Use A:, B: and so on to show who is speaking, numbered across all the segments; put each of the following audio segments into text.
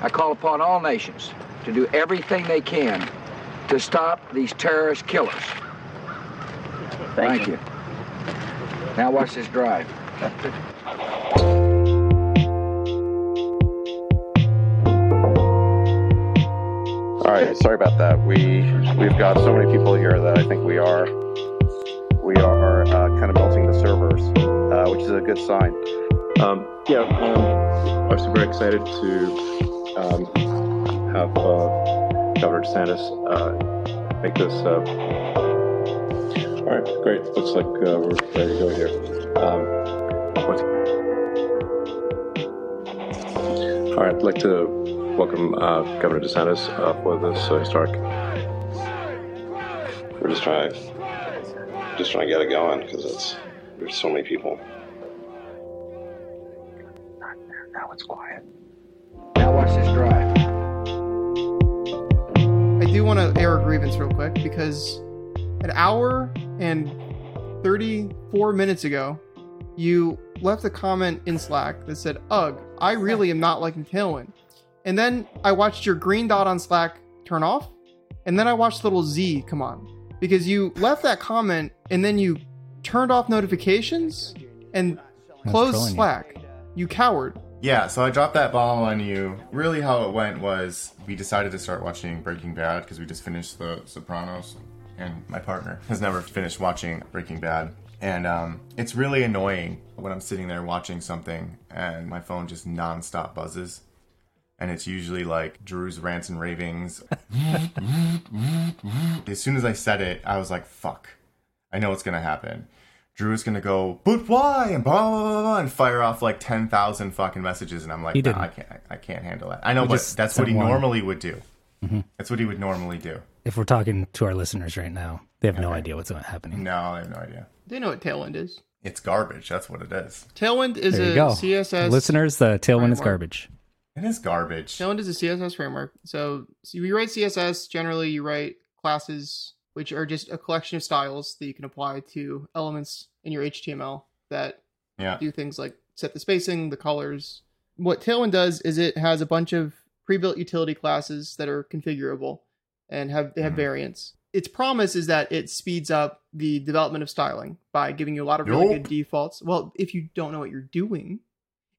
A: I call upon all nations to do everything they can to stop these terrorist killers.
B: Thank,
A: Thank
B: you.
A: you. Now watch this drive.
C: All right, sorry about that. We we've got so many people here that I think we are we are uh, kind of melting the servers, uh, which is a good sign.
D: Um, yeah, um, I'm super excited to um, have uh, Governor DeSantis uh, make this. Uh... All right, great. Looks like uh, we're ready to go here. Um, what's... All right, I'd like to welcome uh, Governor DeSantis uh, for this uh, historic.
C: We're just trying to just trying to get it going because it's there's so many people.
A: Now it's quiet. Now watch this drive.
E: I do want to air a grievance real quick because an hour and 34 minutes ago, you left a comment in Slack that said, Ugh, I really am not liking Tailwind. And then I watched your green dot on Slack turn off, and then I watched little Z come on because you left that comment and then you turned off notifications and closed
F: trolling you.
E: Slack. You coward.
G: Yeah, so I dropped that bomb on you. Really, how it went was we decided to start watching Breaking Bad because we just finished The Sopranos, and my partner has never finished watching Breaking Bad. And um, it's really annoying when I'm sitting there watching something and my phone just nonstop buzzes. And it's usually like Drew's rants and ravings. as soon as I said it, I was like, fuck. I know what's going to happen. Drew is gonna go, but why? And blah blah blah, blah and fire off like ten thousand fucking messages, and I'm like,
F: He
G: "Nah,
F: didn't.
G: I can't, I- I can't handle that. I know,
F: We
G: but
F: just
G: that's what
F: sent
G: he
F: one. Mm-hmm.
G: normally would do. That's what he would normally do.
F: If we're talking to our listeners right now, they have no idea what's happening.
G: No, I have no idea.
E: They know what Tailwind is.
G: It's garbage. That's what it is.
E: Tailwind is
F: There you
E: a
F: go.
E: CSS.
F: Listeners, the tailwind is
E: Framework.
F: garbage.
G: It is garbage.
E: Tailwind is a CSS framework. So, so you write CSS, generally you write classes, which are just a collection of styles that you can apply to elements in your HTML that
G: Yeah,
E: do things like set the spacing, the colors. What Tailwind does is it has a bunch of pre-built utility classes that are configurable and have they have
G: Mhm.
E: variants. Its promise is that it speeds up the development of styling by giving you a lot of really
G: Nope.
E: good defaults. Well, if you don't know what you're doing,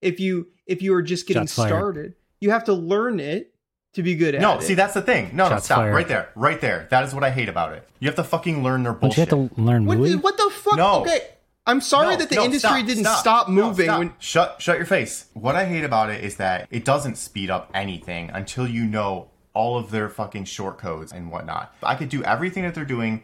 E: if you if you are just getting
F: Shots fired.
E: started, you have to learn it to be good at
G: no.
E: it.
G: See, that's the thing. No, no,
F: Shots
G: stop
F: fired.
G: right there, right there. That is what I hate about it. You have to fucking learn their
F: Don't you
G: bullshit.
F: have to learn
E: what,
F: Wooly?
E: the- what the fuck?
G: No.
E: Okay. I'm sorry
G: No,
E: that the
G: no,
E: industry
G: stop,
E: didn't
G: stop,
E: stop,
G: no,
E: moving
G: stop.
E: when
G: shut shut your face. What I hate about it is that it doesn't speed up anything until you know all of their fucking short codes and whatnot. I could do everything that they're doing,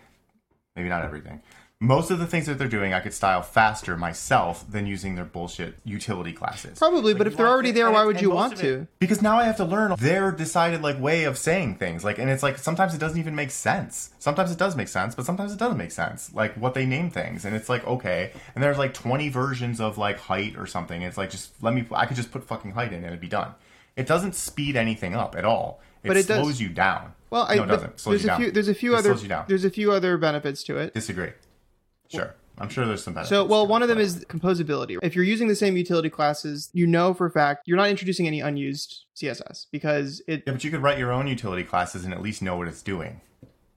G: maybe not everything. Most of the things that they're doing, I could style faster myself than using their bullshit utility classes.
E: probably, but if they're already there, why would
G: and
E: you
G: most
E: want
G: of it-
E: to?
G: Because now I have to learn their decided like way of saying things. Like and it's like sometimes it doesn't even make sense. Sometimes it does make sense, but sometimes it doesn't make sense. Like what they name things. And it's like, okay. And there's like 20 versions of like height or something. It's like just let me I could just put fucking height in and it'd be done. It doesn't speed anything up at all. It,
E: But it does-
G: slows you down.
E: Well, I,
G: no, it
E: but
G: doesn't. It slows
E: there's
G: you
E: a
G: down.
E: few. There's a few
G: It
E: other.
G: slows you down.
E: There's a few other benefits to it.
G: Disagree. Sure. I'm sure there's some benefits.
E: So, well, one of them
G: but-
E: is composability. If you're using the same utility classes, you know for a fact you're not introducing any unused CSS because it.
G: Yeah, but you could write your own utility classes and at least know what it's doing.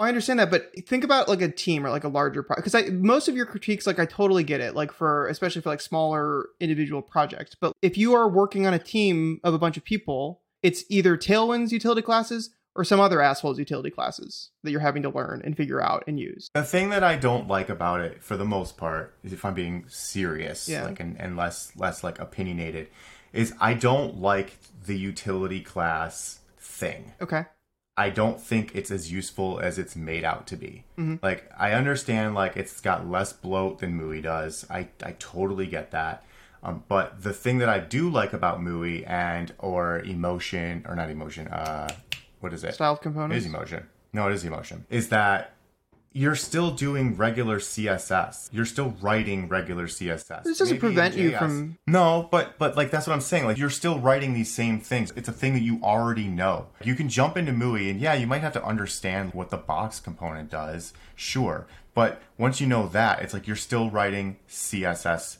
E: I understand that, but think about like a team or like a larger project. Because I most of your critiques, like I totally get it. Like for especially for like smaller individual projects, but if you are working on a team of a bunch of people, it's either Tailwind's utility classes or some other asshole's utility classes that you're having to learn and figure out and use.
G: The thing that I don't like about it, for the most part, is if I'm being serious,
E: Yeah.
G: like and, and less less like opinionated, is I don't like the utility class thing.
E: Okay.
G: I don't think it's as useful as it's made out to be. Like I understand, like it's got less bloat than Mui does. I I totally get that. Um, but the thing that I do like about Mui and or emotion or not emotion, uh, what is it?
E: Styled
G: It
E: components.
G: is emotion. No, it is emotion. Is that you're still doing regular CSS. You're still writing regular CSS.
E: This doesn't
G: Maybe in
E: prevent you
G: JS.
E: from-
G: No, but but like that's what I'm saying. Like you're still writing these same things. It's a thing that you already know. You can jump into MUI and yeah, you might have to understand what the box component does, sure. But once you know that, it's like you're still writing CSS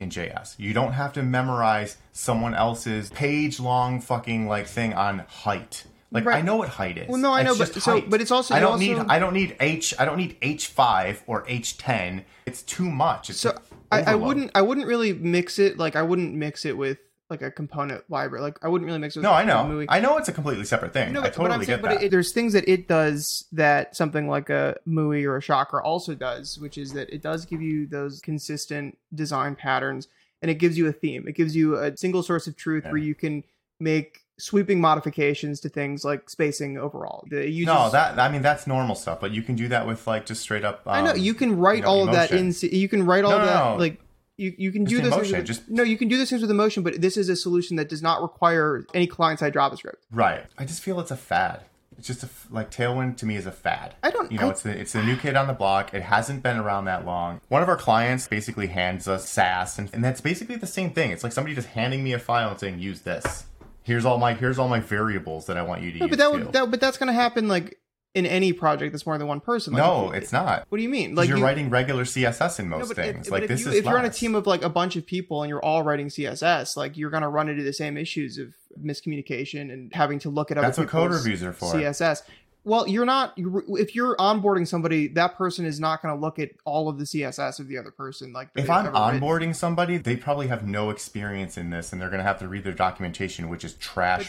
G: in JS. You don't have to memorize someone else's page long fucking like thing on height. Like
E: Right.
G: I know what height is.
E: Well, no, I
G: It's
E: know,
G: just
E: but so-
G: height.
E: but it's also-
G: I
E: it
G: don't
E: also-
G: need I don't need H I don't need H five or H ten. It's too much. It's
E: So I, I wouldn't I wouldn't really mix it like I wouldn't mix it with like a component library. Like I wouldn't really mix it with
G: No,
E: like,
G: I
E: a
G: know.
E: MUI.
G: I know it's a completely separate thing.
E: No,
G: I
E: but what
G: totally
E: I'm saying,
G: get
E: but
G: that.
E: it, there's things that it does that something like a MUI or a Chakra also does, which is that it does give you those consistent design patterns, and it gives you a theme. It gives you a single source of truth where
G: Yeah.
E: you can make sweeping modifications to things like spacing overall. The, you
G: no,
E: just-
G: that I mean that's normal stuff, but you can do that with like just straight up. Um,
E: I know you can write
G: you know,
E: all of that in.
G: emotion.
E: C- You can write all
G: No,
E: of
G: no,
E: that
G: no.
E: like you you can
G: Just
E: do
G: in
E: this. things
G: motion,
E: with-
G: just-
E: no, you can do this things with emotion, but this is a solution that does not require any client side JavaScript.
G: Right. I just feel it's a fad. It's just a f- like Tailwind to me is a fad.
E: I don't-
G: You know,
E: I-
G: it's the it's the new kid on the block. It hasn't been around that long. One of our clients basically hands us SASS, and, and that's basically the same thing. It's like somebody just handing me a file and saying, "Use this. Here's all my here's all my variables that I want you to
E: No,
G: use."
E: but that
G: too."
E: would that, but that's going to happen like in any project that's more than one person. Like,
G: no,
E: if you-
G: it's not.
E: What do you mean?
G: 'Cause
E: Like
G: you're
E: you,
G: writing regular CSS in most
E: but if-
G: things.
E: but
G: like
E: if
G: this
E: you,
G: is
E: if you're on a
G: less.
E: team of like a bunch of people and you're all writing CSS, like you're going to run into the same issues of miscommunication and having to look at other
G: That's what code
E: people's
G: reviews are for.
E: CSS. Well, you're not. you- If you're onboarding somebody, that person is not going to look at all of the CSS of the other person. Like that
G: If
E: they've
G: I'm
E: ever written.
G: onboarding somebody, they probably have no experience in this, and they're going to have to read their documentation, which is trash,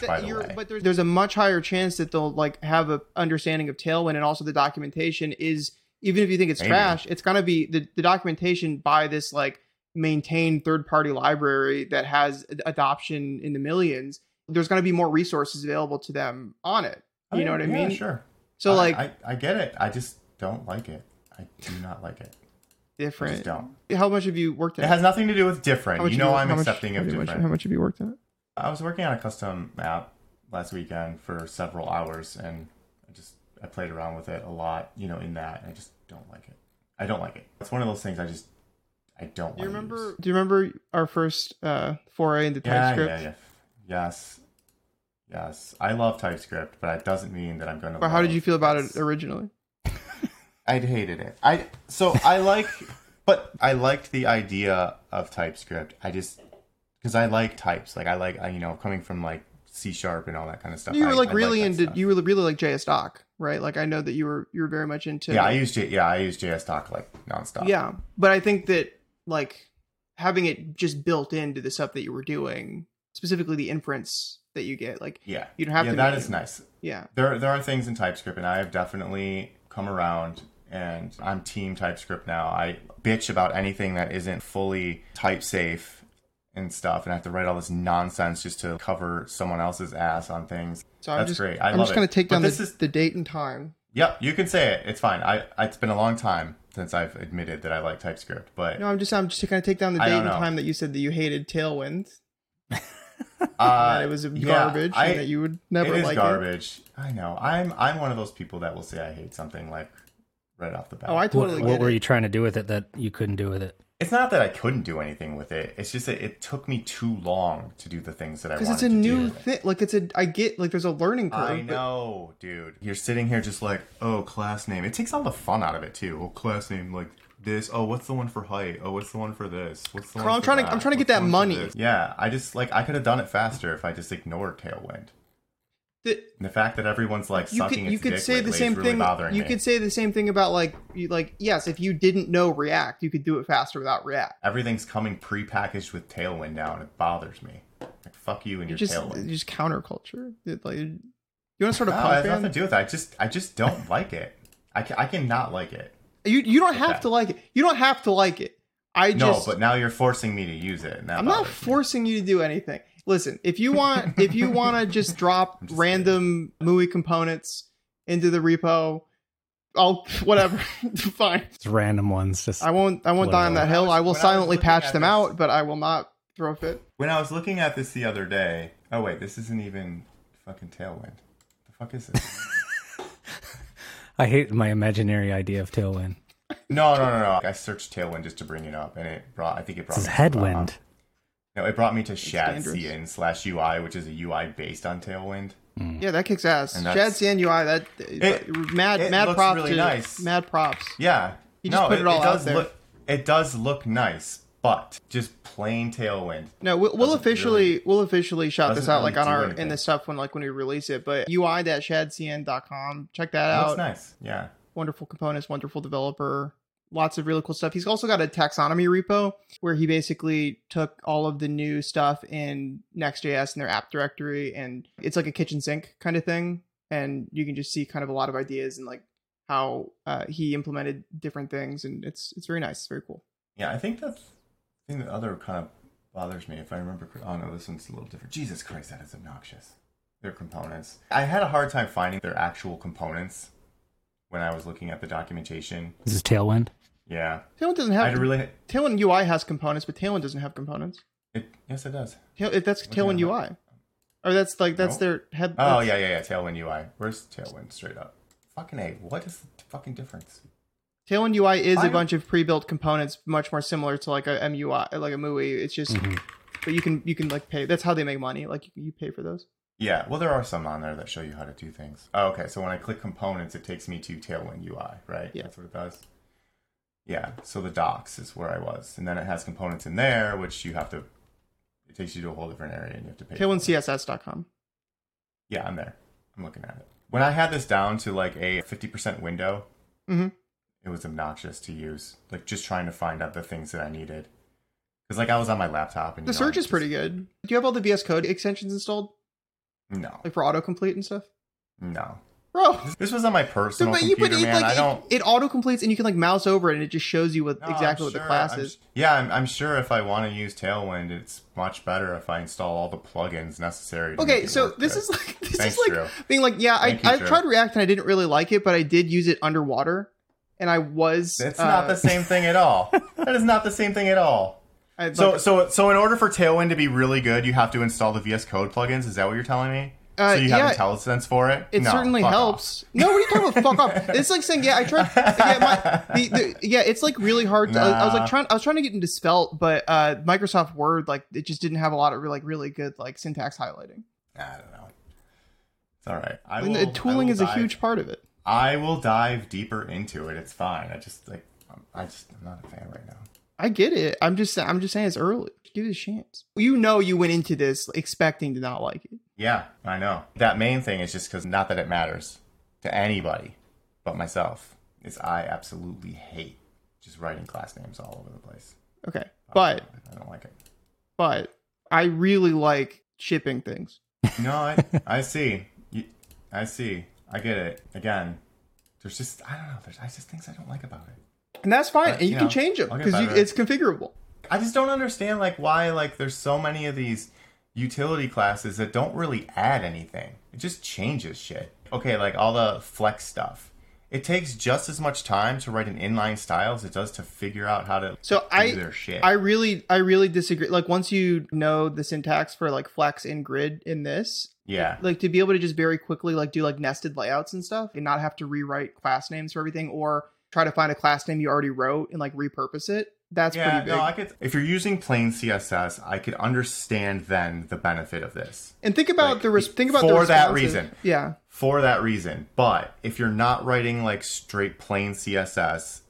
E: but, that-
G: by the
E: you're-
G: way.
E: but there's, there's a much higher chance that they'll like have a understanding of Tailwind, and also the documentation is even if you think it's
G: Maybe.
E: trash, it's gonna be the, the documentation by this like maintained third party library that has ad- adoption in the millions. There's gonna be more resources available to them on it. You know what I
G: Yeah,
E: mean?
G: Sure.
E: So
G: I-
E: like
G: I, I get it. I just don't like it. I do not like it. I
E: different.
G: just don't.
E: How much have you worked at?
G: It has nothing to do with
E: How
G: different.
E: much
G: You
E: have
G: know, I'm
E: how much-
G: accepting of
E: how much-
G: different.
E: How much have you worked at?
G: I was working on a custom app last weekend for several hours, and I just I played around with it a lot. You know, in that, and I just don't like it. I don't like it. It's one of those things. I just I don't.
E: Do you
G: wanna
E: remember?
G: use.
E: Do you remember our first uh, foray into
G: Yeah,
E: TypeScript?
G: yeah, yeah. Yes, yes. I love TypeScript, but it doesn't mean that I'm going to.
E: Or how did you feel about it originally?
G: I'd hated it. I so I like, but I liked the idea of TypeScript. I just because I like types. Like I like I, you know coming from like C sharp and all that kind of stuff.
E: you
G: I-
E: were like
G: I
E: really
G: that
E: into
G: stuff.
E: you were really like JS Doc, right? Like I know that you were you were very much into
G: Yeah, I use J, yeah I use JS Doc like nonstop.
E: yeah. But I think that like having it just built into the stuff that you were doing, specifically the inference that you get, like
G: yeah.
E: You don't have
G: yeah,
E: to
G: That
E: make
G: is
E: it.
G: nice.
E: yeah,
G: There there are things in TypeScript, and I have definitely come around. And I'm team TypeScript now. I bitch about anything that isn't fully type safe and stuff, and I have to write all this nonsense just to cover someone else's ass on things.
E: So I'm
G: That's
E: just-
G: great. I
E: am
G: love
E: just
G: it.
E: gonna take
G: But
E: down
G: this
E: the,
G: is
E: the date and time.
G: Yep, you can say it. It's fine. I it's been a long time since I've admitted that I like TypeScript, but
E: No, I'm just I'm just gonna take down the
G: I
E: date
G: don't
E: and
G: know.
E: time that you said that you hated Tailwind,
G: uh,
E: that it was
G: yeah,
E: garbage,
G: I-
E: and that you would never
G: it is
E: like it.
G: garbage. I know. I'm I'm one of those people that will say I hate something like right off the bat.
E: Oh, I
F: What,
E: totally
F: what
E: get
F: were
E: it.
F: you trying to do with it that you couldn't do with it?
G: It's not that I couldn't do anything with it. It's just that it took me too long to do the things that I wanted
E: Because it's a
G: to
E: new
G: do.
E: thing. Like it's a I get like there's a learning curve.
G: I
E: but-
G: know, dude. You're sitting here just like, oh, class name. It takes all the fun out of it too. Oh, class name like this. Oh, what's the one for height? Oh, what's the one for this? What's the
E: Carl,
G: one?
E: I'm
G: for
E: trying to-
G: that?
E: I'm trying to get
G: What's
E: that
G: the one for
E: money.
G: this? Yeah, I just like I could have done it faster if I just ignored Tailwind.
E: the-
G: And the fact that everyone's like
E: you could
G: sucking
E: you
G: its
E: could
G: dick
E: say
G: lately
E: the
G: is
E: same
G: really
E: thing.
G: Bothering
E: You
G: me.
E: could say the same thing about like you, like yes, if you didn't know React, you could do it faster without React.
G: Everything's coming prepackaged with Tailwind now, and it bothers me. Like fuck you and
E: You're
G: your
E: just
G: Tailwind.
E: you're just counterculture. It, like you want to start a
G: No, it
E: punk
G: has nothing to
E: band?
G: do with that. I just, I just don't like it. I, ca- I cannot like it.
E: You you don't have
G: that.
E: to like it. You don't have to like it. I
G: No,
E: just
G: but now you're forcing me to use it. And that
E: I'm not
G: bothers me.
E: forcing you to do anything. Listen, if you want if you want to just drop
G: just
E: random MUI components into the repo, I'll whatever. Fine.
F: It's random ones. Just
E: I won't I won't die on that
F: Whatever.
E: hill. I will
G: When I was
E: silently
G: looking
E: patch
G: at
E: them
G: this-
E: out, but I will not throw a fit.
G: When I was looking at this the other day, oh wait, this isn't even fucking Tailwind. The fuck is this?
F: I hate my imaginary idea of tailwind.
G: no, no, no, no. I searched Tailwind just to bring it up, and it brought. I think it brought.
F: This is
G: me to,
F: headwind.
G: uh, no, it brought me to Shad
E: dangerous.
G: CN slash UI, which is a UI based on Tailwind.
E: Yeah, that kicks ass.
G: And that's-
E: Shad San UI, that
G: It-
E: mad
G: it
E: mad
G: looks
E: props
G: really
E: to
G: nice.
E: mad props.
G: Yeah,
E: You just put it all out
G: does
E: there.
G: Look, it does look nice, but just plain Tailwind.
E: No, we'll, we'll
G: Doesn't
E: officially
G: really-
E: we'll officially shout this
G: doesn't
E: out
G: really
E: like on
G: do
E: our in
G: anything.
E: the stuff when like when we release it. But UI-shadcn.com, check that
G: That's
E: out.
G: nice. Yeah.
E: Wonderful components, wonderful developer, lots of really cool stuff. He's also got a taxonomy repo where he basically took all of the new stuff in Next.js and their app directory, and it's like a kitchen sink kind of thing. And you can just see kind of a lot of ideas and like how uh, he implemented different things, and it's it's very nice, it's very cool.
G: Yeah, I think that's the thing that other kind of bothers me if I remember. cor- Oh no, this one's a little different. Jesus Christ, that is obnoxious. Their components. I had a hard time finding their actual components when I was looking at the documentation.
F: This is Tailwind.
G: Yeah,
E: Tailwind doesn't
G: I
E: have
G: had really.
E: Tailwind UI has components, but Tailwind doesn't have components.
G: It, yes, it does.
E: Tail, if that's
G: Looking
E: Tailwind
G: at
E: UI, or that's like that's
G: No.
E: their head.
G: Oh
E: that's-
G: yeah, yeah, yeah. Tailwind UI. Where's Tailwind? Straight up. Fucking a. What is the fucking difference?
E: Tailwind UI is a
G: Why-
E: bunch of pre-built components, much more similar to like a MUI, like a MUI. It's just,
G: Mm-hmm.
E: but you can you can like pay. That's how they make money. Like you, you pay for those.
G: Yeah, well, there are some on there that show you how to do things. Oh, okay, so when I click components, it takes me to Tailwind UI, right?
E: Yeah.
G: That's what it does. Yeah, so the docs is where I was. And then it has components in there, which you have to, it takes you to a whole different area and you have to pay. for it.
E: Tailwindcss.com.
G: Yeah, I'm there. I'm looking at it. When I had this down to like a 50% window,
E: Mhm.
G: it was obnoxious to use. Like just trying to find out the things that I needed. Because like I was on my laptop and
E: The
G: you know,
E: search
G: I'm
E: is
G: just-
E: pretty good. Do you have all the VS Code extensions installed,
G: No,
E: like for autocomplete and stuff,
G: no.
E: bro?
G: This was on my
E: So,
G: personal
E: but you
G: computer,
E: put it,
G: man.
E: like
G: I don't.
E: it, it autocompletes and you can like mouse over it and it just shows you what
G: No,
E: exactly
G: I'm
E: what the
G: sure-
E: class
G: I'm
E: is.
G: s- yeah, I'm, I'm sure if I want to use Tailwind, it's much better if I install all the plugins necessary. To make
E: Okay,
G: it
E: so
G: work
E: this
G: good.
E: is like this
G: Thanks,
E: is like
G: Drew.
E: being like, yeah, I,
G: Thank you,
E: I
G: Drew.
E: tried React and I didn't really like it, but I did use it underwater, and I was. uh,
G: That's not the same thing at all. that is not the same thing at all.
E: I,
G: So
E: like,
G: so so in order for Tailwind to be really good, you have to install the VS Code plugins. Is that what you're telling me?
E: Uh,
G: so you
E: yeah.
G: have IntelliSense for it?
E: it
G: No,
E: certainly
G: fuck off.
E: helps. No, what are you talking about? Fuck off! It's like saying, yeah, I tried. Yeah, my, the, the, yeah, it's like really hard. To, I, I was
G: Nah.
E: like trying. I was trying to get into Svelte, but uh, Microsoft Word, like, it just didn't have a lot of like really good like syntax highlighting.
G: I don't know. It's all right. I
E: And
G: will,
E: the tooling
G: I will
E: is a
G: dive-
E: huge part of it.
G: I will dive deeper into it. It's fine. I just like I'm- I just I'm not a fan right now.
E: I get it. I'm just. I'm just saying it's early. Give it a chance. You know, you went into this expecting to not like it.
G: Yeah, I know. That main thing is just because not that it matters to anybody but myself, is I absolutely hate just writing class names all over the place.
E: Okay, but
G: I don't like it.
E: but I really like shipping things.
G: No, I, I see. You, I see. I get it. Again, there's just, I don't know, there's I just things I don't like about it.
E: And that's fine.
G: But,
E: and you
G: you
E: can
G: know,
E: change them
G: I'll get
E: because
G: better.
E: it's configurable.
G: I just don't understand like why like there's so many of these utility classes that don't really add anything. It just changes shit. Okay, like all the flex stuff. It takes just as much time to write an inline style as it does to figure out how to
E: So
G: do
E: I-
G: their shit.
E: I really, I really disagree. Like once you know the syntax for like flex and grid in this,
G: yeah.
E: like to be able to just very quickly like do like nested layouts and stuff and not have to rewrite class names for everything or try to find a class name you already wrote and like repurpose it. That's
G: yeah,
E: pretty big.
G: no, I could. If you're using plain CSS, I could understand then the benefit of this.
E: and think about
G: like,
E: the res- think about the
G: for that
E: responses.
G: reason.
E: Yeah.
G: for that reason. But if you're not writing like straight plain CSS,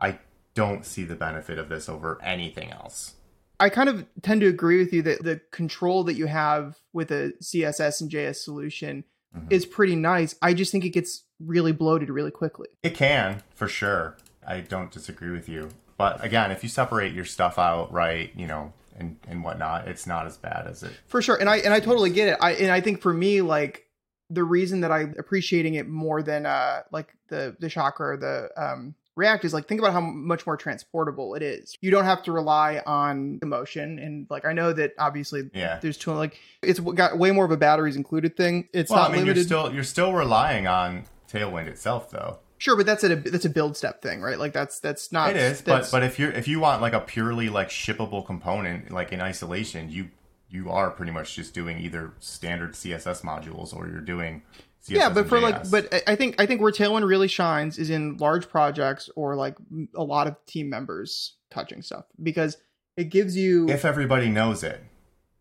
G: I don't see the benefit of this over anything else.
E: I kind of tend to agree with you that the control that you have with a CSS and JS solution
G: Mm-hmm.
E: is pretty nice. I just think it gets really bloated really quickly.
G: It can, for sure. I don't disagree with you. But again, if you separate your stuff out right, you know, and, and whatnot, it's not as bad as it.
E: For sure. And I and I totally get it. I and I think for me like the reason that I'm appreciating it more than uh like the the chakra or the um React is like think about how much more transportable it is. You don't have to rely on emotion and like I know that obviously
G: Yeah.
E: there's two like it's got way more of a batteries included thing. It's
G: Well,
E: not
G: I mean,
E: limited.
G: you're still you're still relying on Tailwind itself, though.
E: Sure, but that's a that's a build step thing, right? Like that's that's not
G: It is, but
E: that's-
G: but if you're if you want like a purely like shippable component, like in isolation, you you are pretty much just doing either standard CSS modules or you're doing CSS
E: yeah, but
G: and
E: for
G: JS.
E: like, but I- I think I think where Tailwind really shines is in large projects or like m- a lot of team members touching stuff because it gives you
G: if everybody knows it,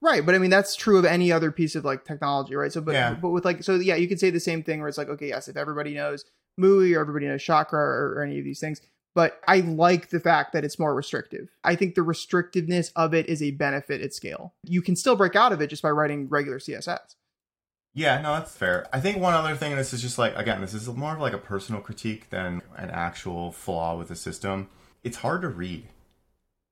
E: right. But I mean that's true of any other piece of like technology, right? So but
G: Yeah.
E: but with like so yeah, you could say the same thing where it's like okay, yes, if everybody knows MUI or everybody knows Chakra or, or any of these things, But I like the fact that it's more restrictive. I think the restrictiveness of it is a benefit at scale. You can still break out of it just by writing regular CSS.
G: Yeah, no, that's fair. I think one other thing, this is just like, again, this is more of like a personal critique than an actual flaw with the system. It's hard to read.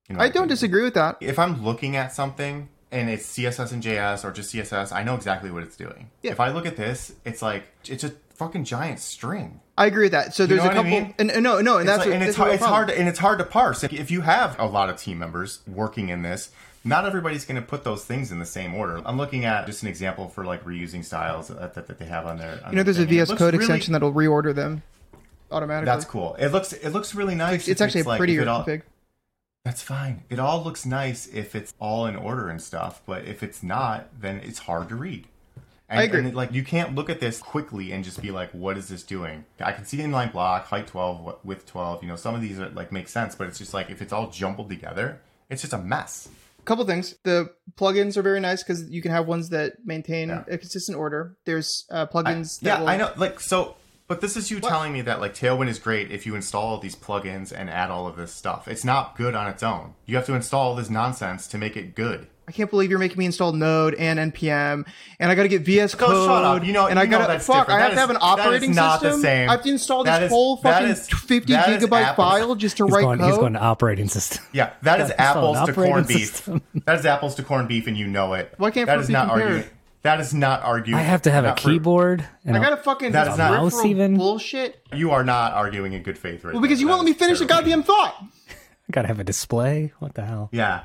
G: in my
E: I don't
G: opinion.
E: disagree with that.
G: If I'm looking at something and it's CSS and JS or just CSS, I know exactly what it's doing.
E: Yeah.
G: If I look at this, it's like, it's a fucking giant string.
E: I agree with that. So
G: You
E: there's
G: know
E: a
G: what I
E: couple,
G: mean?
E: and, and no, no, and
G: It's
E: that's
G: like-
E: what-
G: and
E: that's
G: it's,
E: the
G: hard,
E: real
G: it's
E: problem.
G: hard to, and it's hard to parse. If you have a lot of team members working in this, not everybody's going to put those things in the same order. I'm looking at just an example for like reusing styles that, that, that they have on their.
E: You
G: on
E: know,
G: their
E: there's a
G: thing. It
E: VS
G: looks
E: Code
G: really-
E: extension that'll reorder them automatically.
G: That's cool. It looks it looks really nice.
E: it's,
G: if
E: it's actually a
G: like- if
E: prettier
G: it all-
E: config.
G: That's fine. It all looks nice if it's all in order and stuff, but if it's not, then it's hard to read. And,
E: I agree.
G: and, like you can't look at this quickly and just be like, "What is this doing?" I can see inline block, height twelve, wi- width twelve. You know, some of these are like make sense, but it's just like if it's all jumbled together, it's just a mess.
E: couple things. The plugins are very nice because you can have ones that maintain
G: Yeah.
E: a consistent order. There's uh, plugins. that
G: yeah,
E: will,
G: I know. Like so, but this is you telling me that like Tailwind is great if you install all these plugins and add all of this stuff. It's not good on its own. You have to install all this nonsense to make it good.
E: I can't believe you're making me install Node and npm, and I got to get VS
G: No,
E: Code.
G: shut up. You know-
E: and I
G: you know
E: gotta
G: that's
E: fuck.
G: different.
E: I have
G: That
E: to have
G: is-
E: an
G: that is
E: operating
G: not the
E: system.
G: same.
E: I have to install
G: That
E: this
G: is-
E: whole
G: that
E: fucking
G: is-
E: 50
G: that is
E: gigabyte
G: Apple's-
E: file just to
F: He's
E: write
F: going,
E: code.
F: he's going to operating system.
G: Yeah, that is
F: That's
G: apples
F: not
G: to
F: an
G: corn
F: operating
G: beef.
F: system.
G: That is apples to corn beef, and you know it.
E: Why can't
G: that
E: fruit
G: is
E: be
G: not
E: compared?
G: arguing? That is not arguing.
F: I have to have a
G: not fruit.
F: keyboard. And
E: I
F: a-
E: got to fucking
G: That is not-
E: peripheral
F: Mouse even?
E: bullshit.
G: You are not arguing in good faith, right?
E: Well, because
G: now.
E: you won't
G: That
E: let me
G: is
E: finish the
G: terrible.
E: goddamn thought.
F: I gotta have a display. What the hell?
G: Yeah.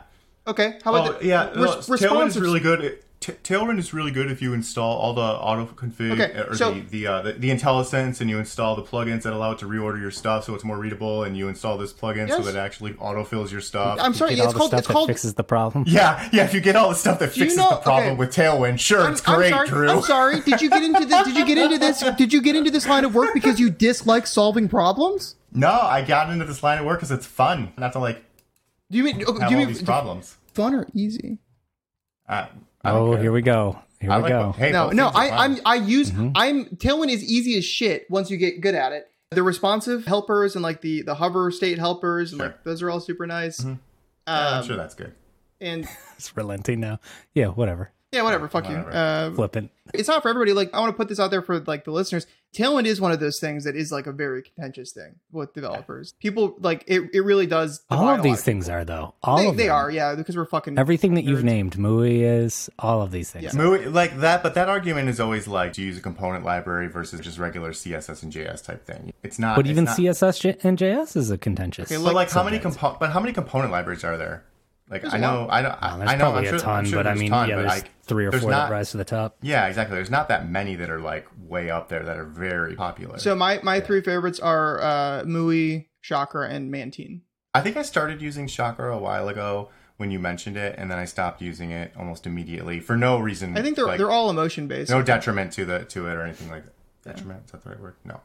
E: Okay, how about
G: Oh
E: the,
G: yeah. no,
E: res-
G: Tailwind is
E: responsive-
G: really good. It- T- Tailwind is really good if you install all the auto config
E: Okay,
G: uh, or
E: so-
G: the the, uh, the the IntelliSense, and you install the plugins that allow it to reorder your stuff, so it's more readable, and you install this plugin so
E: Yes.
G: that it actually autofills your stuff.
E: I'm sorry,
F: Get
E: it's
F: all the
E: called
F: stuff
E: it's called
F: that fixes the problem.
G: yeah, yeah. If you get all the stuff that
E: you
G: fixes
E: know-
G: the problem
E: okay.
G: with Tailwind, sure,
E: I'm,
G: it's
E: I'm
G: great,
E: sorry.
G: Drew.
E: I'm sorry. Did you get into this? Did you get into this? Did you get into this line of work because you dislike solving problems?
G: No, I got into this line of work because it's fun. Not to like
E: Do you mean? Okay,
G: have
E: do
G: all
E: you
G: these
E: mean
G: problems.
E: fun or easy?
G: Uh, I don't
F: Oh,
G: care.
F: here we go. Here
G: I
F: we
G: like
F: go.
G: both. Hey,
E: No,
G: both
E: no.
G: things are
E: I,
G: fun. Mm-hmm.
E: I'm. I use. I'm. Tailwind is easy as shit once you get good at it. The responsive helpers and like the the hover state helpers and
G: Sure.
E: like those are all super nice.
G: I'm
E: Um,
G: sure that's good.
E: And
F: It's relenting now. Yeah, whatever.
E: yeah, whatever. Fuck you. Uh,
F: Flippant.
E: it's not for everybody. Like I want to put this out there for like the listeners. Tailwind is one of those things that is like a very contentious thing with developers. People like it. It really does.
F: All
E: divide a
F: of
E: lot
F: these things are though. All
E: They,
F: of
E: they
F: them.
E: are, yeah, because we're fucking.
F: Everything that you've
E: Nerds.
F: named, MUI is all of these things.
G: Movie, like that, but that argument is always like, do you use a component library versus just regular CSS and JS type thing? It's not.
F: But
G: it's
F: even
G: not,
F: CSS J- and JS is a contentious.
G: But like, how many compo- But how many component libraries are there? Like I know, I know,
F: Oh,
G: I
F: there's
G: I know.
F: probably
G: I'm sure,
F: a ton,
G: I'm sure
F: but I
G: there's a
F: mean,
G: ton,
F: yeah,
G: but
F: there's
G: like,
F: three or
G: there's
F: four
G: not-
F: that rise to the top.
G: Yeah, exactly. There's not that many that are like way up there that are very popular.
E: So my my three favorites are uh, Mui, Chakra, and Mantine.
G: I think I started using Chakra a while ago when you mentioned it, and then I stopped using it almost immediately for no reason.
E: I think they're
G: like,
E: they're all emotion based.
G: no detriment to the to it or anything like that. Detriment is that the right word? No,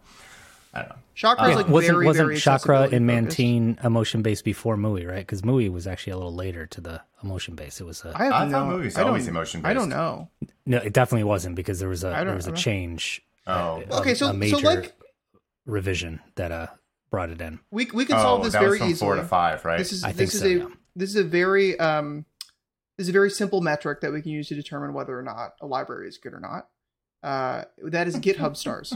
G: I don't know.
E: Chakra is like
F: wasn't
E: very
F: wasn't
E: very
F: Chakra and
E: accessibility-focused.
F: Mantine emotion based before MUI, right? Because MUI was actually a little later to the emotion base. It was a,
E: I have
G: I
E: no.
G: thought movies
E: I don't-
G: always emotion-based.
E: I don't know.
F: no, it definitely wasn't because there was a
E: don't-
F: there was
E: I
F: a
E: don't-
F: change.
G: Oh,
F: a-
E: Okay, so-
F: a
E: so,
F: major
E: like-
F: revision that uh brought it in.
E: We we can
G: oh,
E: solve this
G: that
E: very
G: was from
E: easily.
G: four to five, right?
E: This is
F: I
E: this
F: think
E: is
F: so,
E: a
F: yeah.
E: this is a very um this is a very simple metric that we can use to determine whether or not a library is good or not. Uh, that is GitHub stars.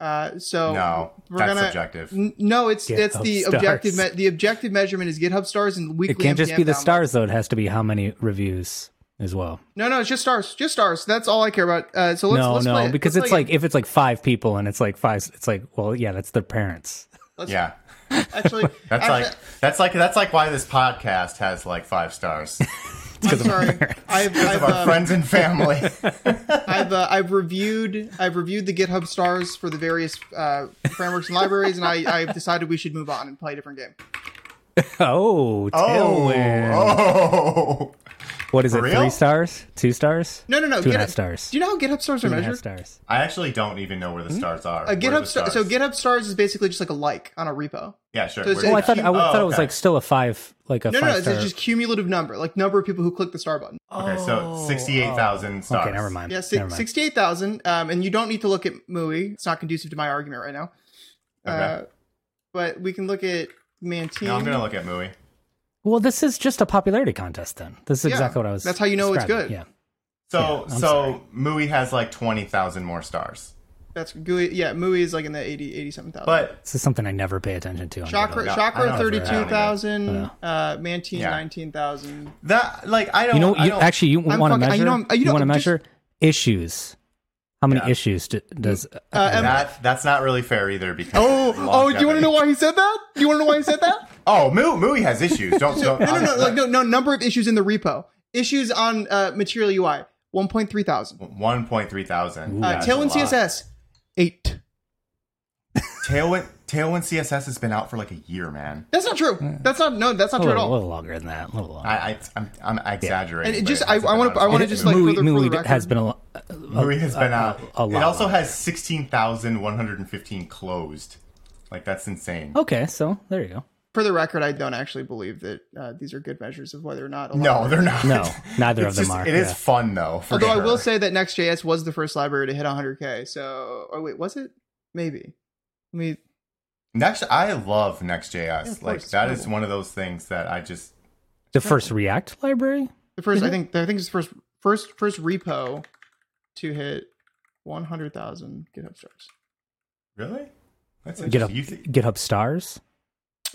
E: Uh, so
G: no,
E: we're
G: that's
E: gonna-
G: subjective.
E: N- No, it's that's
F: GitHub
E: the
F: stars.
E: objective. Me- the objective measurement is GitHub stars and weekly.
F: It can't just
E: NPM
F: be the
E: downloads.
F: stars though. It has to be how many reviews as well.
E: No, no, it's just stars. Just stars. That's all I care about. Uh, so let's
F: no,
E: let's play
F: no,
E: it.
F: because
E: Let's
F: it's
E: play
F: like if it's like five people and it's like five, it's like well, yeah, that's their parents.
G: yeah,
E: it. actually,
G: that's
E: actually,
G: like that's like that's like why this podcast has like five stars
E: I'm sorry. I've
G: of
E: I've,
G: our
E: uh,
G: friends and family.
E: I've uh, I've reviewed I've reviewed the GitHub stars for the various uh, frameworks and libraries, and I I've decided we should move on and play a different game.
F: Oh,
G: oh,
F: Tailwind.
G: oh,
F: what is it?
G: for real?
F: Three stars? Two stars?
E: No, no, no.
F: Two and a
E: GitHub-
F: half stars.
E: Do you know how GitHub stars are
F: Two and a half
E: measured?
F: stars.
G: I actually don't even know where the stars are.
E: Hmm? A
G: Where are the
E: GitHub star- so
G: stars?
E: GitHub stars is basically just like a like on a repo.
G: yeah, sure.
E: so it's-
G: Where-
F: Oh, I thought I
G: Oh,
F: thought it was
G: okay.
F: like still a five, like a
E: No, no,
F: five
E: no. It's
F: star.
E: just cumulative number, like number of people who click the star button.
G: okay, so sixty-eight thousand stars.
F: Okay, never mind.
E: Oh. Yeah,
F: never
E: si-
F: mind.
E: sixty-eight um, thousand. Um, and you don't need to look at Mui. It's not conducive to my argument right now.
G: Okay.
E: Uh, but we can look at Mantine.
G: Now I'm gonna look at Mui.
F: Well, this is just a popularity contest then. This is
E: Yeah,
F: exactly what I was.
E: that's how you know it's
F: describing.
E: good.
F: Yeah.
G: So
F: Yeah, I'm sorry.
G: so Mui has like twenty thousand more stars.
E: That's GUI. Yeah, Mui is like in the 80, 87,000.
G: But
F: This is something I never pay attention to. on
E: Chakra,
F: Github.
G: Yeah, I
E: Chakra
G: know it's very high.
E: 32,000,
F: Yeah.
E: uh, Mantine
G: Yeah.
E: 19,000.
G: that like I don't
F: You know,
G: I
F: you,
G: don't,
F: actually, you
E: I'm
F: want to
E: fucking- I-
F: measure.
E: you
F: You,
E: know, I'm- you know,
F: want to
E: I'm just-
F: measure issues. How many
G: Yeah.
F: issues do, does?
E: Uh, and-
G: that that's not really fair either because
E: Oh, oh, do you want to know why he said that? Do you want to know why he said that?
G: Oh, Mui, Mui has issues. Don't don't
E: no, no, no, like, no, no, number of issues in the repo. Issues on uh, material UI, 1.3 thousand.
G: One point three thousand.
E: Uh,
G: That's a
E: Tailwind
G: lot.
E: CSS, 8.
G: Tailwind Tailwind CSS has been out for like a year, man.
E: That's not true. That's not, no, that's not
F: Oh, a
E: true at
F: little,
E: all.
F: little longer than that. A little longer.
G: I, I I'm, I'm exaggerating.
E: And it
G: but
E: just-
G: it
E: I-
G: hasn't
E: I
G: been
E: wanna-
G: out as
E: I wanna
G: long.
E: just, like,
F: Mui,
E: for the- for
F: Mui
E: the
F: has
E: record-
F: been a, lo- a,
G: Mui has been out.
F: a lot.
G: It also has sixteen thousand one hundred and fifteen closed. Like that's insane.
E: Oh.
F: Okay, so there you go.
E: For the record, I don't actually believe that uh, these are good measures of whether or not. a
G: No,
E: library-
G: they're not.
F: No, neither of
G: It's
F: them
G: just-
F: are.
G: It is
F: yeah.
G: fun though. For
E: Although I
G: sure.
E: will say that Next.js was the first library to hit 100K. So, oh, wait, was it? Maybe. I mean,
G: next, I love Next.js.
E: of
G: like
E: course,
G: that
E: it's
G: is one of those things that I just
F: the first React library.
E: the first, I think, I think it's the first, first, first repo to hit 100,000 GitHub stars.
G: really. That's
F: GitHub,
G: interesting. You thi-
F: GitHub stars.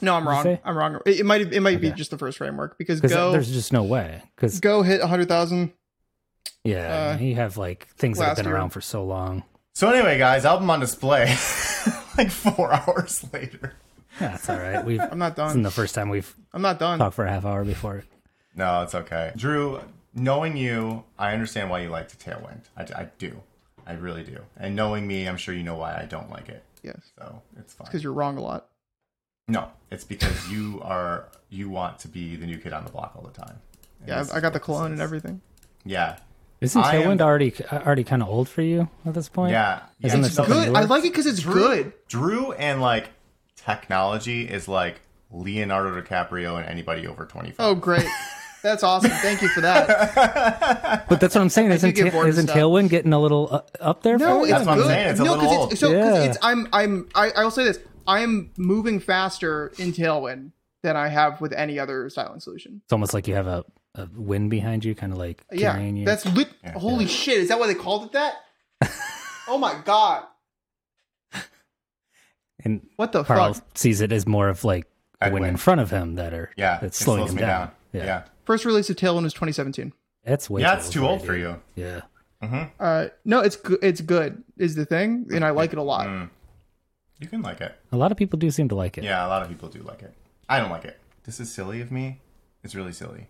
E: No, I'm
F: What'd you
E: wrong.
F: say?
E: I'm wrong. It, it might, it might be
F: Okay.
E: just the first framework because
F: Because
E: Go,
F: there's just no way. Because
E: Go hit 100,000.
F: yeah,
E: uh,
F: you have like things that have
E: last
F: been
E: year.
F: around for so long.
G: so anyway, guys, album on display. like four hours later.
F: Yeah, it's all right. We've.
E: I'm not
F: This isn't
E: done.
F: the first time we've
E: I'm not done.
F: talked for a half hour before.
G: No, it's okay. Drew, knowing you, I understand why you like the Tailwind. I, I do. I really do. And knowing me, I'm sure you know why I don't like it.
E: Yes.
G: So it's fine.
E: Because you're wrong a lot.
G: no, it's because you are you want to be the new kid on the block all the time. And
E: Yeah,
G: this
E: I've- I got
G: is
E: the
G: what this
E: cologne and
G: is.
E: everything.
G: Yeah,
F: Isn't
G: I am-
F: Tailwind already already kind of old for you at this point?
G: yeah. yeah.
F: Isn't it
G: So
F: something
E: Good. I
F: newer?
E: like it because it's good.
G: Drew and like technology is like Leonardo DiCaprio and anybody over 25.
E: Oh, great. That's awesome. Thank you for that.
F: But that's what I'm saying. Isn't,
E: get
F: ta-
E: bored of
F: isn't
E: stuff.
F: Tailwind getting a little uh, up there?
E: No,
F: for
E: it's
F: you?
G: That's what I'm
E: good.
G: saying, it's a
E: no,
G: little
E: 'cause
G: old.
E: It's, so 'cause
F: Yeah.
E: it's, I'm, I'm, I, I will say this. I am moving faster in Tailwind than I have with any other styling solution.
F: it's almost like you have a, a wind behind you, kind of like
E: Yeah,
F: carrying you.
E: that's lit. holy shit! Is that why they called it that? oh my god!
F: and
E: What the
F: Carl
E: fuck?
F: sees it as more of like the
G: Headwind.
F: wind in front of him that are
G: yeah.
F: that's
G: it
F: slowing
G: slows
F: him
G: me
F: down.
G: Yeah. yeah.
E: First release of Tailwind was 2017.
F: that's way.
G: it's too old for
F: dude.
G: you.
F: Yeah,
E: Uh, no, it's go- it's good is the thing, and I like it a lot.
G: Mm. You can like it.
F: a lot of people do seem to like it.
G: Yeah, a lot of people do like it. I don't like it. This is silly of me. It's really silly.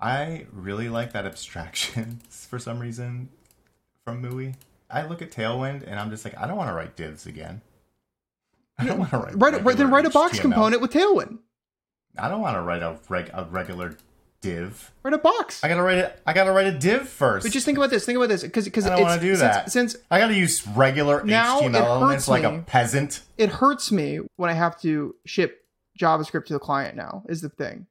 G: I really like that abstraction for some reason from Mui. I look at Tailwind and I'm just like, I don't want to write divs again. I don't want to write.
E: Right, right, then
G: regular
E: write a box
G: HTML.
E: component with Tailwind.
G: I don't want to write a reg a regular div.
E: Write a box.
G: I gotta write it. I gotta write a div first.
E: But just think about this. Think about this, because because
G: I don't want to do that.
E: since
G: I gotta use regular
E: Now it
G: HTML elements
E: hurts
G: like
E: me.
G: a peasant.
E: it hurts me when I have to ship JavaScript to the client now is the thing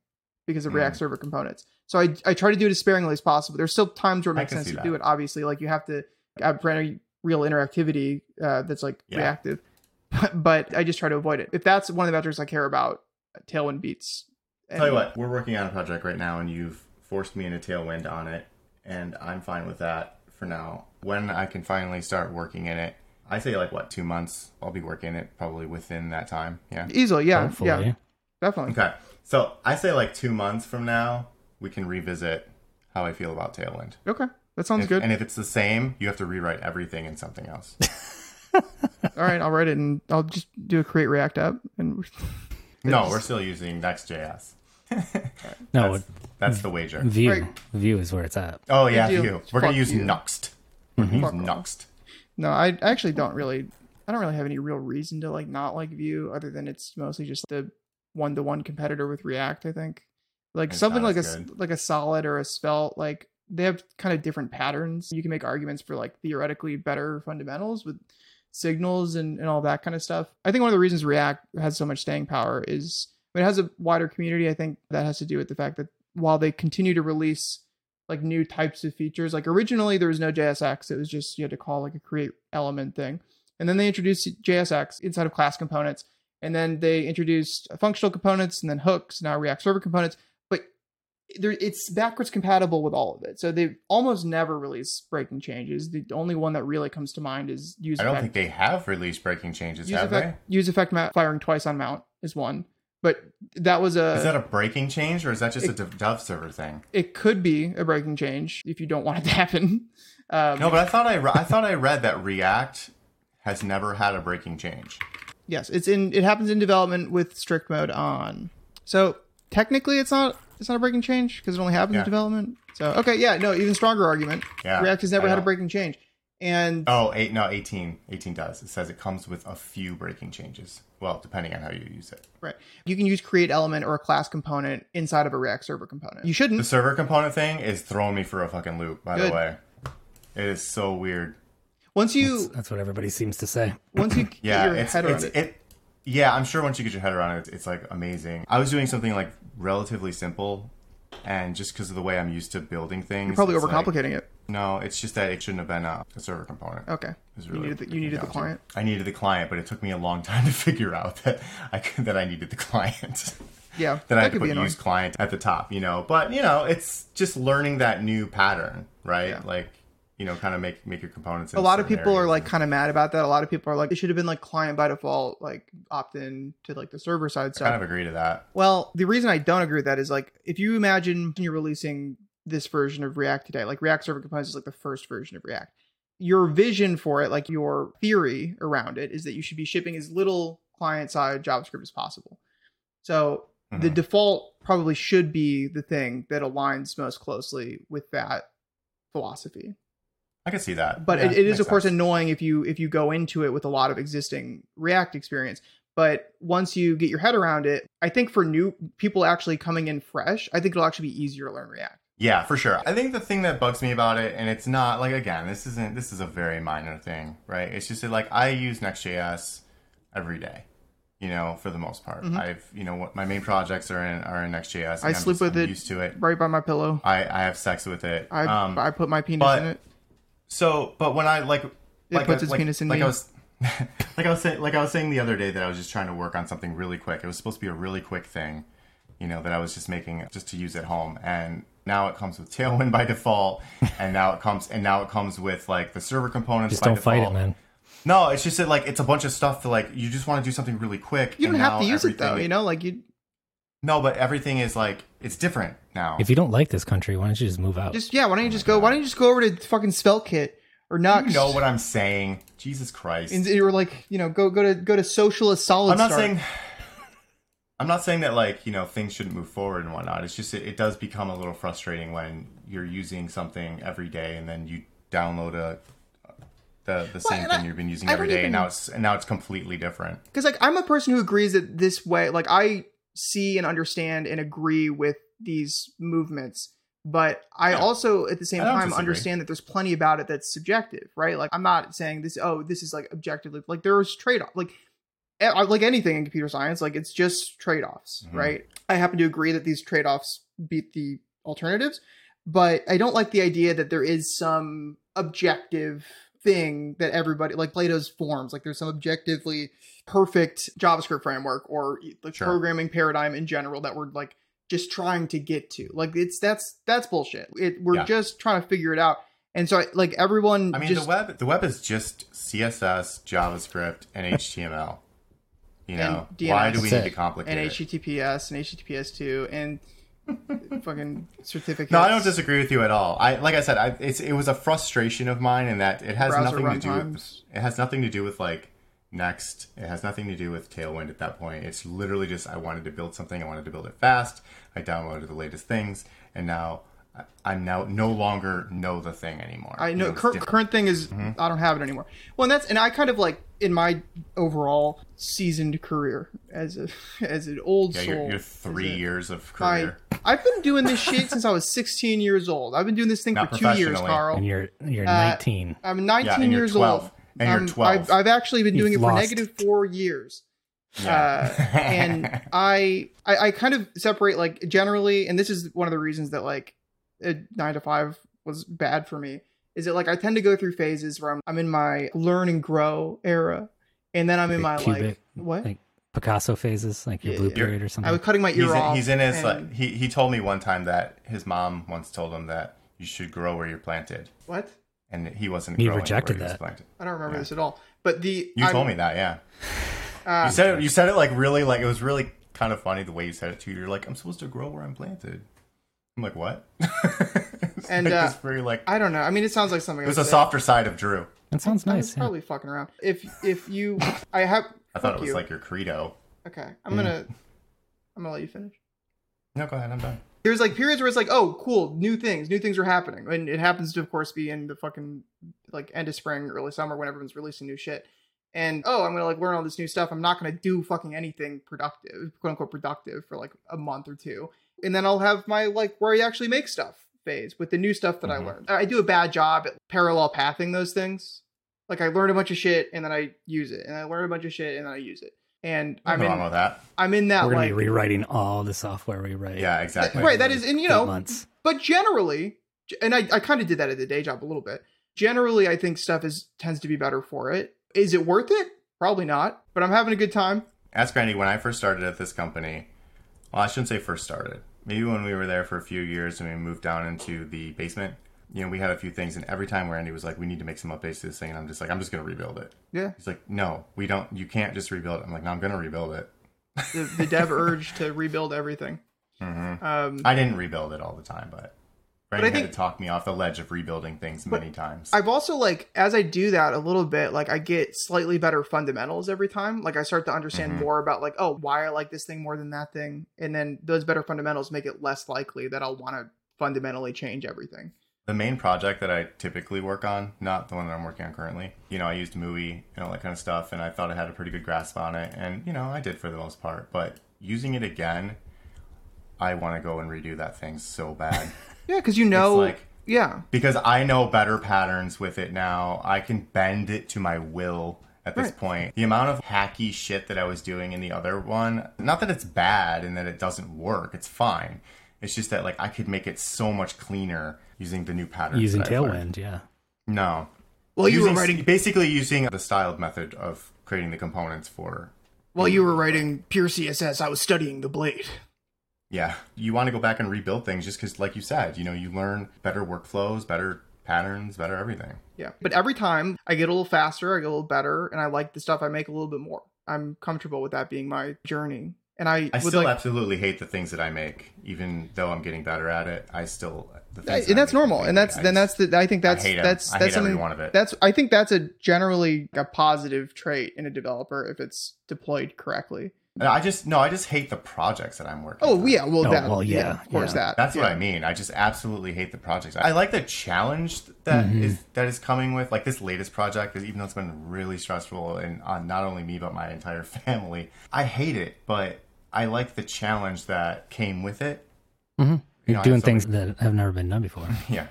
E: because of
G: Mm.
E: React Server components. So I, I try to do it as sparingly as possible. There's still times where it
G: I
E: makes
G: can
E: sense
G: see
E: to
G: that.
E: do it. Obviously, like you have to have brand real interactivity uh, that's like
G: Yeah.
E: reactive, but I just try to avoid it. If that's one of the metrics I care about, Tailwind beats.
G: Tell you what, we're working on a project right now, and you've forced me into Tailwind on it, and I'm fine with that for now. When I can finally start working in it, I say like what two months? I'll be working it probably within that time. Yeah.
E: Easily, yeah,
F: hopefully.
E: yeah, definitely.
G: Okay. So I say like two months from now, we can revisit how I feel about Tailwind.
E: Okay, that sounds
G: If-
E: good.
G: And if it's the same, you have to rewrite everything in something else.
E: All right, I'll write it and I'll just do a create React app and
G: no, we're still using Next.js.
F: No,
G: That's, that's the wager.
F: view
E: Right.
F: view is where it's at.
G: Oh yeah,
E: Good deal.
G: you. We're gonna
E: Fuck
G: use
E: you.
G: Nuxt. We're gonna use
E: Fuck off.
G: Nuxt.
E: No, I I actually don't really I don't really have any real reason to like not like Vue other than it's mostly just the one to one competitor with React, I think. Like
G: It's
E: something
G: not
E: like a
G: as
E: s-
G: good.
E: like a solid or a spelt, like they have kind of different patterns. You can make arguments for like theoretically better fundamentals with signals and, and all that kind of stuff. I think one of the reasons React has so much staying power is I mean, it has a wider community. I think that has to do with the fact that while they continue to release like new types of features. Like originally there was no JSX. It was just you had to call like a create element thing. And then they introduced JSX inside of class components. and then they introduced functional components and then hooks now react server components but there, it's backwards compatible with all of it so they almost never release breaking changes the only one that really comes to mind is use
G: I don't
E: effect-
G: think they have released breaking changes,
E: use
G: have
E: effect, use effect mount firing twice on mount is one but that was
G: they?
E: a,
G: Is that a breaking change or is that just
E: uh, It-
G: a dev- dev server thing?
E: it could be a breaking change if you don't want it to happen um,
G: No, but I thought I re- I thought I read that React has never had a breaking change.
E: Yes, it's in. It happens in development with strict mode on. So technically, it's not. It's not a breaking change because it only happens
G: Yeah.
E: in development. So okay, yeah, no, even stronger argument.
G: Yeah,
E: React has never
G: I
E: had a
G: know.
E: breaking change, and
G: Oh, eight no, 18. 18 does. It says it comes with a few breaking changes. Well, depending on how you use it.
E: right, you can use create element or a class component inside of a React server component. You
G: The
E: shouldn't.
G: server component thing is throwing me for a fucking loop, by
E: Good.
G: the way. It is so weird.
E: Once you
F: That's what everybody seems to say.
E: once you
G: Yeah,
E: get your
G: it's,
E: head around
G: it's,
E: it.
G: it. Yeah, I'm sure once you get your head around it, it's like amazing. I was doing something like relatively simple, and just because of the way I'm used to building things,
E: you're probably
G: it's like-
E: overcomplicating it.
G: no, it's just that it shouldn't have been a, a server component.
E: Okay,
G: It's
E: you
G: really-
E: needed the, you needed the
G: yeah.
E: client.
G: I needed the client, but it took me a long time to figure out that I could, that I needed the client.
E: Yeah,
G: then
E: that
G: I had to
E: could
G: put
E: be annoying.
G: use client at the top, you know. But you know, it's just learning that new pattern, right?
E: Yeah.
G: Like, you know, kind of make make your components. in
E: a lot of
G: certain
E: people are
G: areas.
E: like kind of mad about that. A lot of people are like, it should have been like client by default, like opt in to like the server side
G: I
E: stuff.
G: kind of agree to that.
E: Well, the reason I don't agree with that is like if you imagine you're releasing this version of React today, like React Server Components is like the first version of React. Your vision for it, like your theory around it, is that you should be shipping as little client side JavaScript as possible. So the
G: Mhm.
E: default probably should be the thing that aligns most closely with that philosophy.
G: I can see that,
E: But it,
G: Yeah,
E: it is
G: makes
E: of course
G: sense.
E: annoying if you if you go into it with a lot of existing React experience. But once you get your head around it, I think for new people actually coming in fresh, I think it'll actually be easier to learn React.
G: Yeah, for sure. I think the thing that bugs me about it, and it's not like again, this isn't this is a very minor thing, right? It's just that, like I use Next.js every day, you know, for the most part.
E: Mhm.
G: I've you know what my main projects are in are in Next.js. and
E: I
G: I'm
E: sleep
G: just-
E: with
G: I'm
E: it.
G: used to it.
E: Right by my pillow,
G: I I have sex with it.
E: I
G: um,
E: I put my penis
G: but-
E: in it.
G: so, but when I like, like
E: puts
G: I,
E: its
G: like,
E: penis in
G: like
E: me.
G: I was, like I was saying, like I was saying the other day that I was just trying to work on something really quick. It was supposed to be a really quick thing, you know, that I was just making just to use at home, and now it comes with Tailwind by default, and now it comes, and now it comes with like the server components.
F: Just
G: by
F: don't
G: default.
F: fight it, man.
G: No, it's just that like it's a bunch of stuff that like you just want to do something really quick.
E: You don't
G: and
E: have to
G: now
E: use it though,
G: everything-
E: you know. Like you
G: No, but everything is like it's different now.
F: If you don't like this country, why don't you just move out?
E: just yeah. Why don't you just go? Why don't you just go over to fucking Spell Kit or Nux?
G: Oh you know what I'm saying, Jesus Christ.
E: and you were like, you know, go go to go to Socialist Solid.
G: I'm not
E: Start.
G: saying. I'm not saying that like you know things shouldn't move forward and whatnot. It's just it, it does become a little frustrating when you're using something every day and then you download a the the same
E: and
G: thing
E: I-
G: you've been using
E: I
G: every
E: don't
G: day
E: even-
G: and now it's and now it's completely different.
E: because like I'm a person who agrees that this way, like I see and understand and agree with these movements, but I
G: Yeah.
E: also at the same
G: I don't
E: time
G: disagree.
E: understand that there's plenty about it that's subjective, right? Like I'm not saying this. Oh, this is like objectively like there's trade off, like eh, like anything in computer science, like it's just trade offs,
G: Mhm.
E: right? I happen to agree that these trade offs beat the alternatives, but I don't like the idea that there is some objective thing that everybody like Plato's forms, like there's some objectively perfect JavaScript framework or e, the
G: Sure.
E: programming paradigm in general that we're like just trying to get to. Like it's that's that's bullshit. It, we're
G: Yeah.
E: just trying to figure it out. And so like everyone
G: I mean
E: just
G: the web the web is just CSS, JavaScript, and HTML. You know
E: And
G: why
E: DNS.
G: do we
F: That's
G: need to
F: it.
G: complicate
E: and
G: it?
E: HTTPS and HTTPS2 and fucking certificates.
G: No, I don't disagree with you at all. I like I said, I, it's it was a frustration of mine in that it has
E: Browser
G: nothing to do
E: runtimes.
G: with it has nothing to do with like Next. It has nothing to do with Tailwind at that point. It's literally just I wanted to build something. I wanted to build it fast. I downloaded the latest things, and now I- I'm now no longer know the thing anymore.
E: I
G: You
E: know
G: it's
E: cur-
G: different. Mm-hmm.
E: current thing is I don't have it anymore. Well, and that's and I kind of like in my overall seasoned career as a as an old
G: yeah,
E: soul.
G: you're, you're three
E: as a-
G: years of
E: I,
G: career.
E: I've been doing this shit since I was 16 years old. I've been doing this thing
G: Not
E: for two years,
G: professionally.
F: and
E: Carl.
F: you're you're
E: Uh,
F: 19.
E: I'm
G: yeah,
E: 19
G: and you're
E: years
G: 12,
E: old.
G: and you're
E: Um,
G: 12.
E: I've, I've actually been
F: You've
E: doing it for
F: lost.
E: negative four years.
G: Yeah.
E: Uh, and I, I I kind of separate like generally, and this is one of the reasons that like a nine to five was bad for me. Is that like I tend to go through phases where I'm I'm in my learn and grow era, and then I'm in
F: Like
E: my
F: pubic-
E: like what
F: like Picasso phases, like your
E: Yeah,
F: blue
E: yeah.
F: period or
E: I
F: something.
E: was cutting my ear
G: he's, in,
E: off.
G: he's in his
E: and-
G: like he, he told me one time that his mom once told him that you should grow where you're planted
E: what?
G: and he wasn't
F: He
G: growing
F: rejected
G: where he was
F: that.
G: planted.
E: I don't remember this at all. But the
G: you
E: I'm-
G: told me that yeah
E: Ah.
G: you said it you said it like really like it was really kind of funny the way you said it too you're like i'm supposed to grow where i'm planted i'm like what It's
E: And,
G: like
E: uh,
G: this very like
E: I don't know. I mean, it sounds like something.
G: it was
E: I
G: a
E: would say.
G: softer side of drew
F: that sounds
E: I
F: nice.
E: was
F: Yeah.
E: probably fucking around. If if you, I have.
G: i thought it
E: fuck
G: was
E: you.
G: like your credo
E: Okay, I'm gonna, I'm gonna let you finish.
G: no go ahead i'm done
E: There's like periods where it's like, oh, cool, new things, new things are happening, and it happens to, of course, be in the fucking like end of spring, early summer, when everyone's releasing new shit. And oh, I'm gonna like learn all this new stuff. I'm not gonna do fucking anything productive, quote unquote productive, for like a month or two, and then I'll have my like where I actually make stuff phase with the new stuff that
F: Mm-hmm.
G: Mhm.
E: I learned. I do a bad job at parallel pathing those things. Like I learn a bunch of shit and then I use it, and I learn a bunch of shit and then I use it. And
G: i'm
E: I'm in,
G: wrong with that
E: I'm in that
F: We're gonna
E: like
F: be rewriting all the software we write.
G: yeah exactly
E: right. That is, and you
F: Eight
E: know,
F: months.
E: but generally, and I, I kind of did that at the day job a little bit. Generally, I think stuff is tends to be better for it. Is it worth it? Probably not. But I'm having a good time.
G: Ask Granny, when I first started at this company, well, I shouldn't say first started. Maybe when we were there for a few years and we moved down into the basement, you know, we had a few things, and every time Randy was like, we need to make some updates to this thing, and I'm just like, I'm just going to rebuild it.
E: Yeah,
G: He's like, no, we don't, you can't just rebuild it. I'm like, no, I'm going to rebuild it.
E: the, the dev urge to rebuild everything. Um,
G: Mm-hmm. I didn't rebuild it all the time, but Randy
E: I
G: had
E: think-
G: to talk me off the ledge of rebuilding things many times.
E: I've also like as I do that a little bit, like I get slightly better fundamentals every time. Like I start to understand
G: Mm-hmm.
E: more about like oh why I like this thing more than that thing, and then those better fundamentals make it less likely that I'll want to fundamentally change everything.
G: the main project that I typically work on, not the one that I'm working on currently, you know, I used MUI and all that kind of stuff, and I thought I had a pretty good grasp on it, and you know, I did for the most part. But using it again, I want to go and redo that thing so bad
E: Yeah, because you know,
G: like-
E: yeah,
G: because I know better patterns with it now. I can bend it to my will at this
E: Right.
G: point. The amount of hacky shit that I was doing in the other one, not that it's bad and that it doesn't work, it's fine. It's just that like I could make it so much cleaner using the new patterns.
F: Using
G: that I've learned.
F: Tailwind. Yeah.
G: No.
E: Well, you were
G: Using-
E: writing-
G: basically using the styled method of creating the components for.
E: While you were writing pure CSS, I was studying the blade.
G: Yeah, you want to go back and rebuild things just because, like you said, you know, you learn better workflows, better patterns, better everything.
E: Yeah. But every time I get a little faster, I get a little better, and I like the stuff I make a little bit more. I'm comfortable with that being my journey. And I,
G: I
E: would
G: still
E: like,
G: absolutely hate the things that I make, even though I'm getting better at it. I still the things that I
E: and that's
G: make,
E: normal,
G: I
E: and that's
G: just-
E: then that's the I think that's
G: hate 'em.
E: that's
G: I hate
E: that's
G: every
E: something
G: one of it.
E: that's I think that's a generally a positive trait in a developer if it's deployed correctly.
G: I just no, I just hate the projects that I'm working.
E: Oh
G: on.
E: yeah, well
F: Oh,
E: that
F: well,
E: yeah,
F: yeah,
E: of course
F: yeah.
E: that
G: That's
E: yeah.
G: what I mean. I just absolutely hate the projects. I like the challenge that
E: Mm-hmm.
G: is that is coming with like this latest project. Because even though it's been really stressful and on not only me but my entire family, I hate it. But I like the challenge that came with it.
F: Mm-hmm.
G: know, I
F: You're
G: have
F: doing
G: so
F: things that have never been done before.
G: Yeah,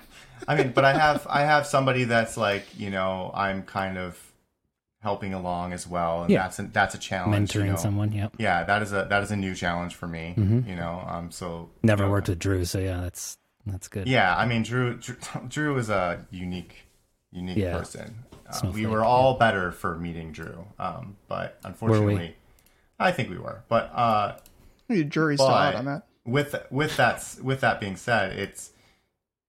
G: I mean, but I have I have somebody that's like you know I'm kind of helping along as well, and
F: Yeah.
G: that's a, that's a challenge. you
F: Mentoring
G: know.
F: someone. Yep.
G: Yeah, that is a that is a new challenge for me. You know, um, so
F: Never
G: you know,
F: worked with Drew, so yeah, that's that's good.
G: Yeah, I mean, Drew. Drew, Drew is a unique, unique
F: Yeah.
G: person. Uh, we
F: Snowflake,
G: were all better for meeting Drew, um, but unfortunately, I think we were. But uh,
E: The jury's still out
G: but
E: on that.
G: with with that with that being said, it's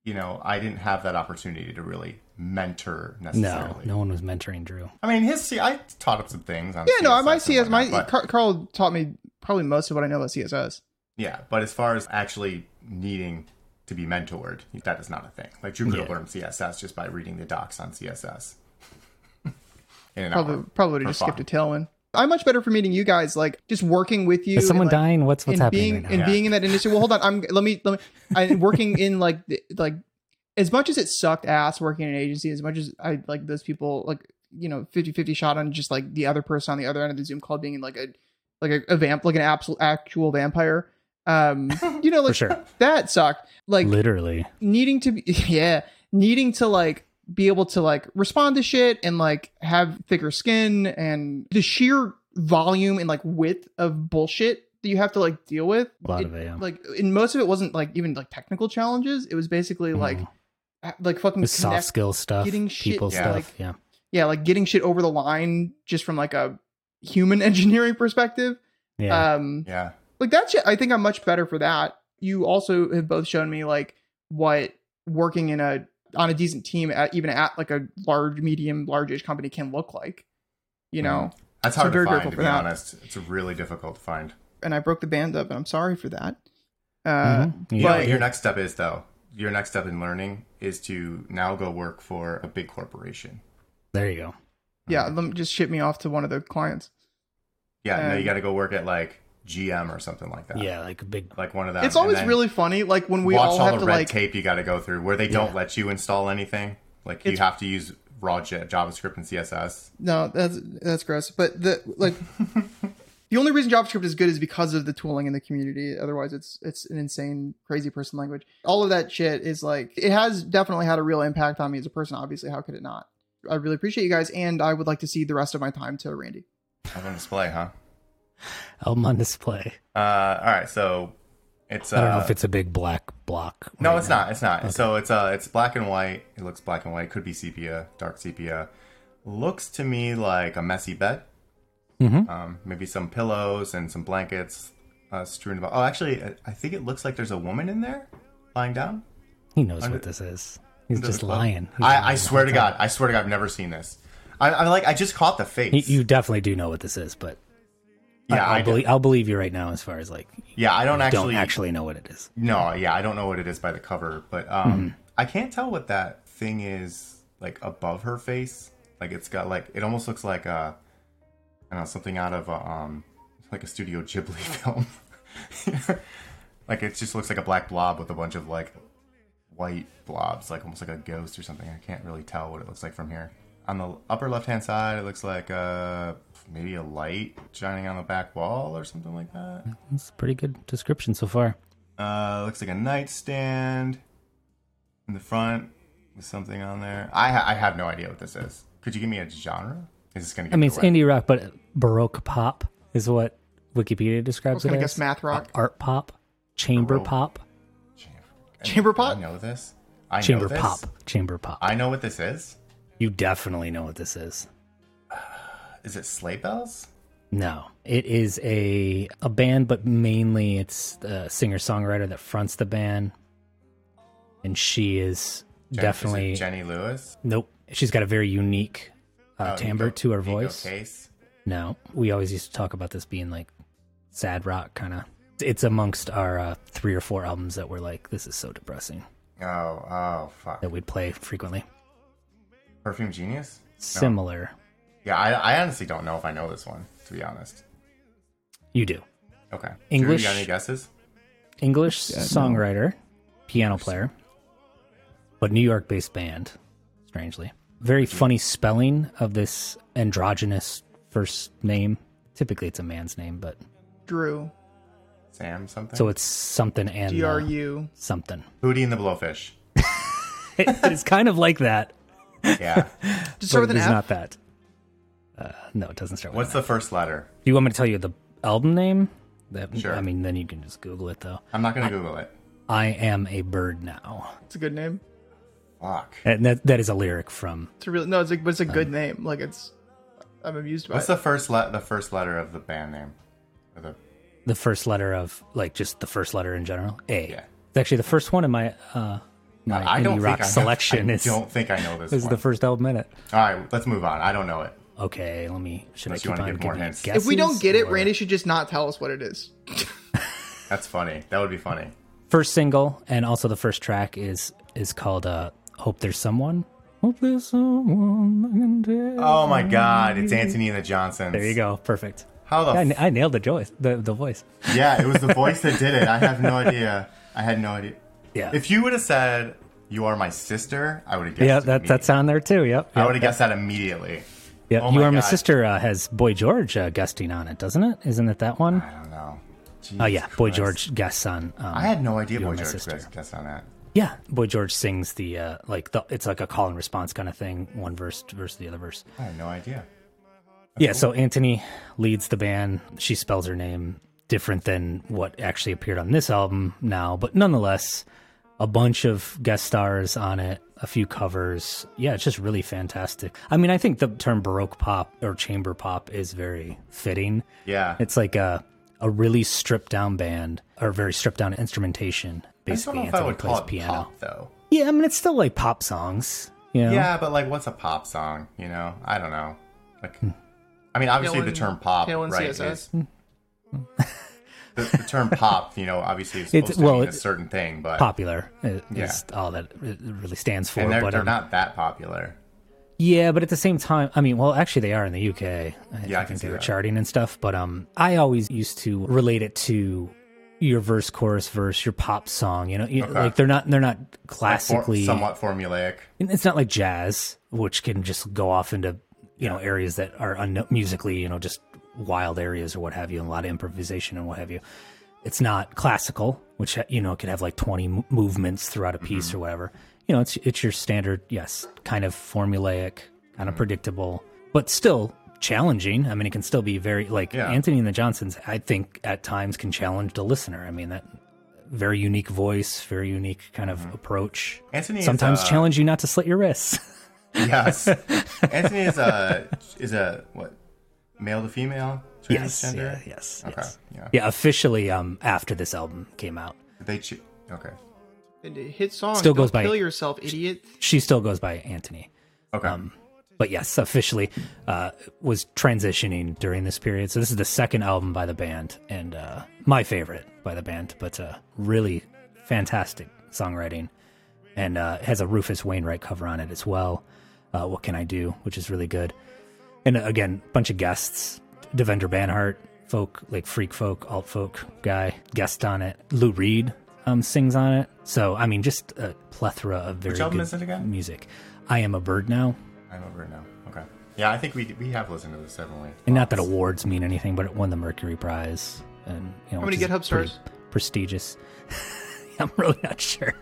G: you know I didn't have that opportunity to really mentor
F: No,
G: necessarily.
F: no one was mentoring Drew.
G: I mean, his C- I taught him some things. On
E: Yeah, no, I
G: CSS
E: might see as
G: and
E: my
G: whatnot, but-
E: Car- Carl taught me probably most of what I know about CSS.
G: Yeah, but as far as actually needing to be mentored, that is not a thing. Like Drew could have
F: Yeah.
G: learned CSS just by reading the docs on CSS. In an
E: Probably
G: hour.
E: probably would
G: For
E: have just
G: fun.
E: skipped a tailwind. I'm much better for meeting you guys, like just working with you.
F: Is someone
E: and, like,
F: dying? What's what's
E: and
F: happening
E: being
F: right now?
E: and
G: Yeah.
E: being in that industry. Well, hold on. I'm let me let me. I'm working in like the, like as much as it sucked ass working in an agency. As much as I like those people, like you know, 50-50 shot on just like the other person on the other end of the Zoom call being in like a like a, a vamp, like an absolute actual vampire. Um, you know,
F: For
E: like
F: sure.
E: that sucked. Like
F: Literally.
E: needing to be yeah needing to like be able to like respond to shit and like have thicker skin and the sheer volume and like width of bullshit that you have to like deal with
F: A lot of it, yeah.
E: like in most of it wasn't like even like technical challenges it was basically like
F: Mhm.
E: ha- like fucking
F: With soft
E: connect-
F: skill stuff,
E: getting shit
F: people
E: to,
F: stuff.
E: like-
F: yeah.
E: yeah like getting shit over the line just from like a human engineering perspective
F: Yeah.
E: Um,
G: Yeah.
E: like that's I think I'm much better for that. You also have both shown me like what working in a on a decent team at even at like a large, medium, large-ish company can look like. You know,
G: That's
E: So
G: hard
E: very
G: to find,
E: grateful
G: to
E: for
G: be
E: that.
G: honest. It's really difficult to find.
E: and I broke the band up, and I'm sorry for that. Uh,
F: Mhm.
G: Mm-hmm. You know
E: but-
G: what your next step is, though? Your next step in learning is to now go work for a big corporation.
F: There you go.
E: Yeah, let me just ship me off to one of the clients.
G: Yeah, no,
E: Um,
G: you got to go work at like GM or something like that.
F: Yeah, like a big.
G: like one of them.
E: it's
G: and
E: always
G: then
E: really funny, like when we
G: watch
E: all
G: all,
E: have
G: the
E: to
G: red
E: like
G: tape you got to go through where they don't let you install anything. Like you
E: It's-
G: have to use raw J- JavaScript and CSS.
E: No, that's that's gross. But the like the only reason JavaScript is good is because of the tooling in the community. Otherwise, it's it's an insane, crazy person language. All of that shit is like it has definitely had a real impact on me as a person. Obviously, how could it not? I really appreciate you guys, and I would like to see the rest of my time to Randy.
G: Up on display, huh?
F: album on display.
G: Uh, all right, so it's. Uh,
F: I don't know if it's a big black block.
G: no,
F: right
G: it's
F: now.
G: not. It's not. So it's uh, it's black and white. It looks black and white. Could be sepia, dark sepia. Looks to me like a messy bed.
F: Mhm.
G: Um, maybe some pillows and some blankets uh, strewn about. Oh, actually, I- I think it looks like there's a woman in there lying down.
F: He knows what this is. He's just lying. He's lying
G: I, I
F: the
G: swear
F: whole
G: to
F: time.
G: God, I swear to God, I've never seen this. I, I'm like, I just caught the
F: He,
G: face.
F: you definitely do know what this is, but
G: yeah,
F: I,
G: I,
F: will believe, I'll believe you right now as far as like
G: yeah, I don't actually,
F: don't actually know what it is.
G: No, yeah, I don't know what it is by the cover, but um, I can't tell what that thing is like above her face. Like it's got like it almost looks like a, I don't know, something out of a, um, like a Studio Ghibli film. like it just looks like a black blob with a bunch of like white blobs, like almost like a ghost or something. I can't really tell what it looks like from here. On the upper left hand side, it looks like uh, maybe a light shining on the back wall or something like that.
F: It's a pretty good description so far.
G: Uh, looks like a nightstand in the front with something on there. I ha- I have no idea what this is. Could you give me a genre? Is this gonna? Give
F: I mean,
G: it
F: it's
G: away?
F: indie rock, but baroque pop is what Wikipedia describes
E: Well,
F: it
E: can I
F: as.
E: guess math rock?
F: art pop, chamber
G: Baroque.
F: pop,
E: Chamber
G: I
E: pot?
G: know this. I
F: chamber
G: know this.
F: pop, chamber pop.
G: I know what this is.
F: you definitely know what this is.
G: Is it sleigh bells?
F: No, it is a a band, but mainly it's the singer songwriter that fronts the band, and she is
G: Jen- is it
F: definitely
G: Jenny Lewis.
F: nope. She's got a very unique uh,
G: Oh,
F: timbre
G: Nico-
F: to her
G: Nico
F: voice.
G: Case.
F: No, we always used to talk about this being like sad rock kind of. It's amongst our uh, three or four albums that were like, this is so depressing
G: Oh oh fuck.
F: that we'd play frequently.
G: Perfume Genius.
F: Similar,
G: Yeah, I, I honestly don't know if I know this one to be honest.
F: you do.
G: Okay. Drew,
F: English-
G: you got any guesses?
F: English songwriter, piano player, but New York based band, strangely. Very funny spelling of this androgynous first name. Typically, it's a man's name, but
E: Drew,
G: Sam something.
F: so it's something and
E: D
F: uh,
E: R U.
F: something.
G: Hootie and the Blowfish.
F: It- it's kind of like that,
G: Yeah.
E: Just
F: but
E: start with
F: it
E: an
F: is
E: F.
F: not that. Uh, no, it doesn't start with.
G: What's the first letter?
F: Do you want me to tell you the album name? That,
G: Sure.
F: I mean, then you can just Google it though.
G: I'm not gonna Google it.
F: I am a bird now,
E: It's a good name.
G: Fuck.
F: and that that is a lyric from
E: It's a real no. It's like, but
F: Um,
E: it's a good name. Like it's, I'm amused by
G: What's
E: it.
G: the first le- the first letter of the band name? Or the
F: the first letter of like just the first letter in general. A.
G: Yeah.
F: It's actually the first one in my uh my
G: I
F: indie
G: don't
F: rock
G: think
F: selection
G: I, know,
F: is
G: I don't think I know this.
F: is
G: one.
F: the first album in it.
G: All right, let's move on. I don't know it.
F: Okay, let me should
G: Unless
F: I
G: you
F: keep
G: wanna
F: on
G: give more
F: giving you
G: hints.
E: if we don't
F: guesses,
E: get it,
F: or-
E: Randy should just not tell us what it is.
G: That's funny. That would be funny.
F: First single and also the first track is is called uh Hope There's Someone. Hope there's someone I can tell.
G: Oh my god, it's Anthony and the Johnsons.
F: There you go. Perfect.
G: How the
F: I,
G: f-
F: I nailed the voice. The, the voice.
G: yeah, it was the voice that did it. I have no idea. I had no idea.
F: Yeah.
G: If you would have said you are my sister, I would have guessed.
F: yeah, that,
G: immediately.
F: that's on there too. Yep.
G: I
F: yep,
G: would have guessed that immediately.
F: yep.
G: oh
F: you
G: my
F: are my
G: God.
F: sister uh, has Boy George uh, guesting on it, doesn't it? Isn't it that one?
G: I don't know.
F: Oh yeah, Boy
G: Christ.
F: George guests on. Um,
G: I had no idea
F: You Are
G: Boy
F: My
G: George
F: Sister.
G: guessed guessed on that.
F: Yeah, Boy George sings the uh, like the it's like a call and response kind of thing, one verse versus the other verse.
G: I had no idea.
F: yeah, so Anthony leads the band. She spells her name different than what actually appeared on this album now, but nonetheless, a bunch of guest stars on it, a few covers. Yeah, it's just really fantastic. I mean, I think the term baroque pop or chamber pop is very fitting.
G: Yeah.
F: It's like a a really stripped down band or very stripped down instrumentation. Basically,
G: I don't know if I
F: Anthony
G: would
F: plays
G: call it
F: piano.
G: pop though.
F: Yeah, I mean it's still like pop songs. You know?
G: Yeah, but like, what's a pop song? You know, I don't know. Like,
F: Hmm.
G: I mean, obviously the
E: Tailwind-
G: term pop,
E: Tailwind
G: right?
E: CSS.
G: Is, the, the term pop, you know, obviously is supposed
F: Hmm. It's-
G: to
F: well,
G: mean a
F: it-
G: certain thing, but
F: popular uh, is
G: Yeah.
F: all that it really stands for.
G: and they're,
F: but
G: they're
F: um,
G: not that popular.
F: Yeah, but at the same time, I mean, well, actually, they are in the UK. I,
G: Yeah, I can
F: think
G: see
F: they were
G: that.
F: charting and stuff. But um, I always used to relate it to your verse, chorus, verse, your pop song. You know, you-
G: Okay.
F: like they're not they're not
G: Like, for-
F: classically.
G: somewhat formulaic.
F: It's not like jazz, which can just go off into you know areas that are un- musically, you know, just wild areas or what have you, and a lot of improvisation and what have you. It's not classical, which you know could have like twenty m- movements throughout a piece or whatever. You know, it's it's your standard, yes, kind of formulaic, kind of predictable, but still challenging. I mean, it can still be very like
G: Yeah.
F: Anthony and the Johnsons. I think at times can challenge the listener. I mean that. Very unique voice, very unique kind of approach
G: Mm-hmm. Anthony is,
F: sometimes
G: uh,
F: challenge you not to slit your wrists.
G: Yes, Anthony is a is a what male to female transgender.
F: yeah, yes,
G: Okay.
F: yes.
G: Yeah.
F: Yeah, officially, um, after this album came out,
G: They cho- okay.
E: And it hit song.
F: Still goes
E: Don't
F: by-
E: Kill yourself, idiot.
F: she still goes by Anthony.
G: Okay.
F: Um, But yes, officially, uh, was transitioning during this period. So this is the second album by the band, and uh, my favorite by the band. But uh, really fantastic songwriting, and uh, it has a Rufus Wainwright cover on it as well. Uh, what can I do? Which is really good. And uh, again, bunch of guests: Devendra Banhart, folk like freak folk, alt folk guy, guest on it. Lou Reed um, sings on it. So I mean, just a plethora of very
G: album
F: good
G: is it again?
F: music. I am a bird now.
G: I'm over it now. Okay. Yeah, I think we we have listened to this definitely.
F: And not that awards mean anything, but it won the Mercury Prize, and you know,
E: How many
F: which is
E: GitHub
F: pretty
E: stars?
F: Prestigious. I'm really not sure.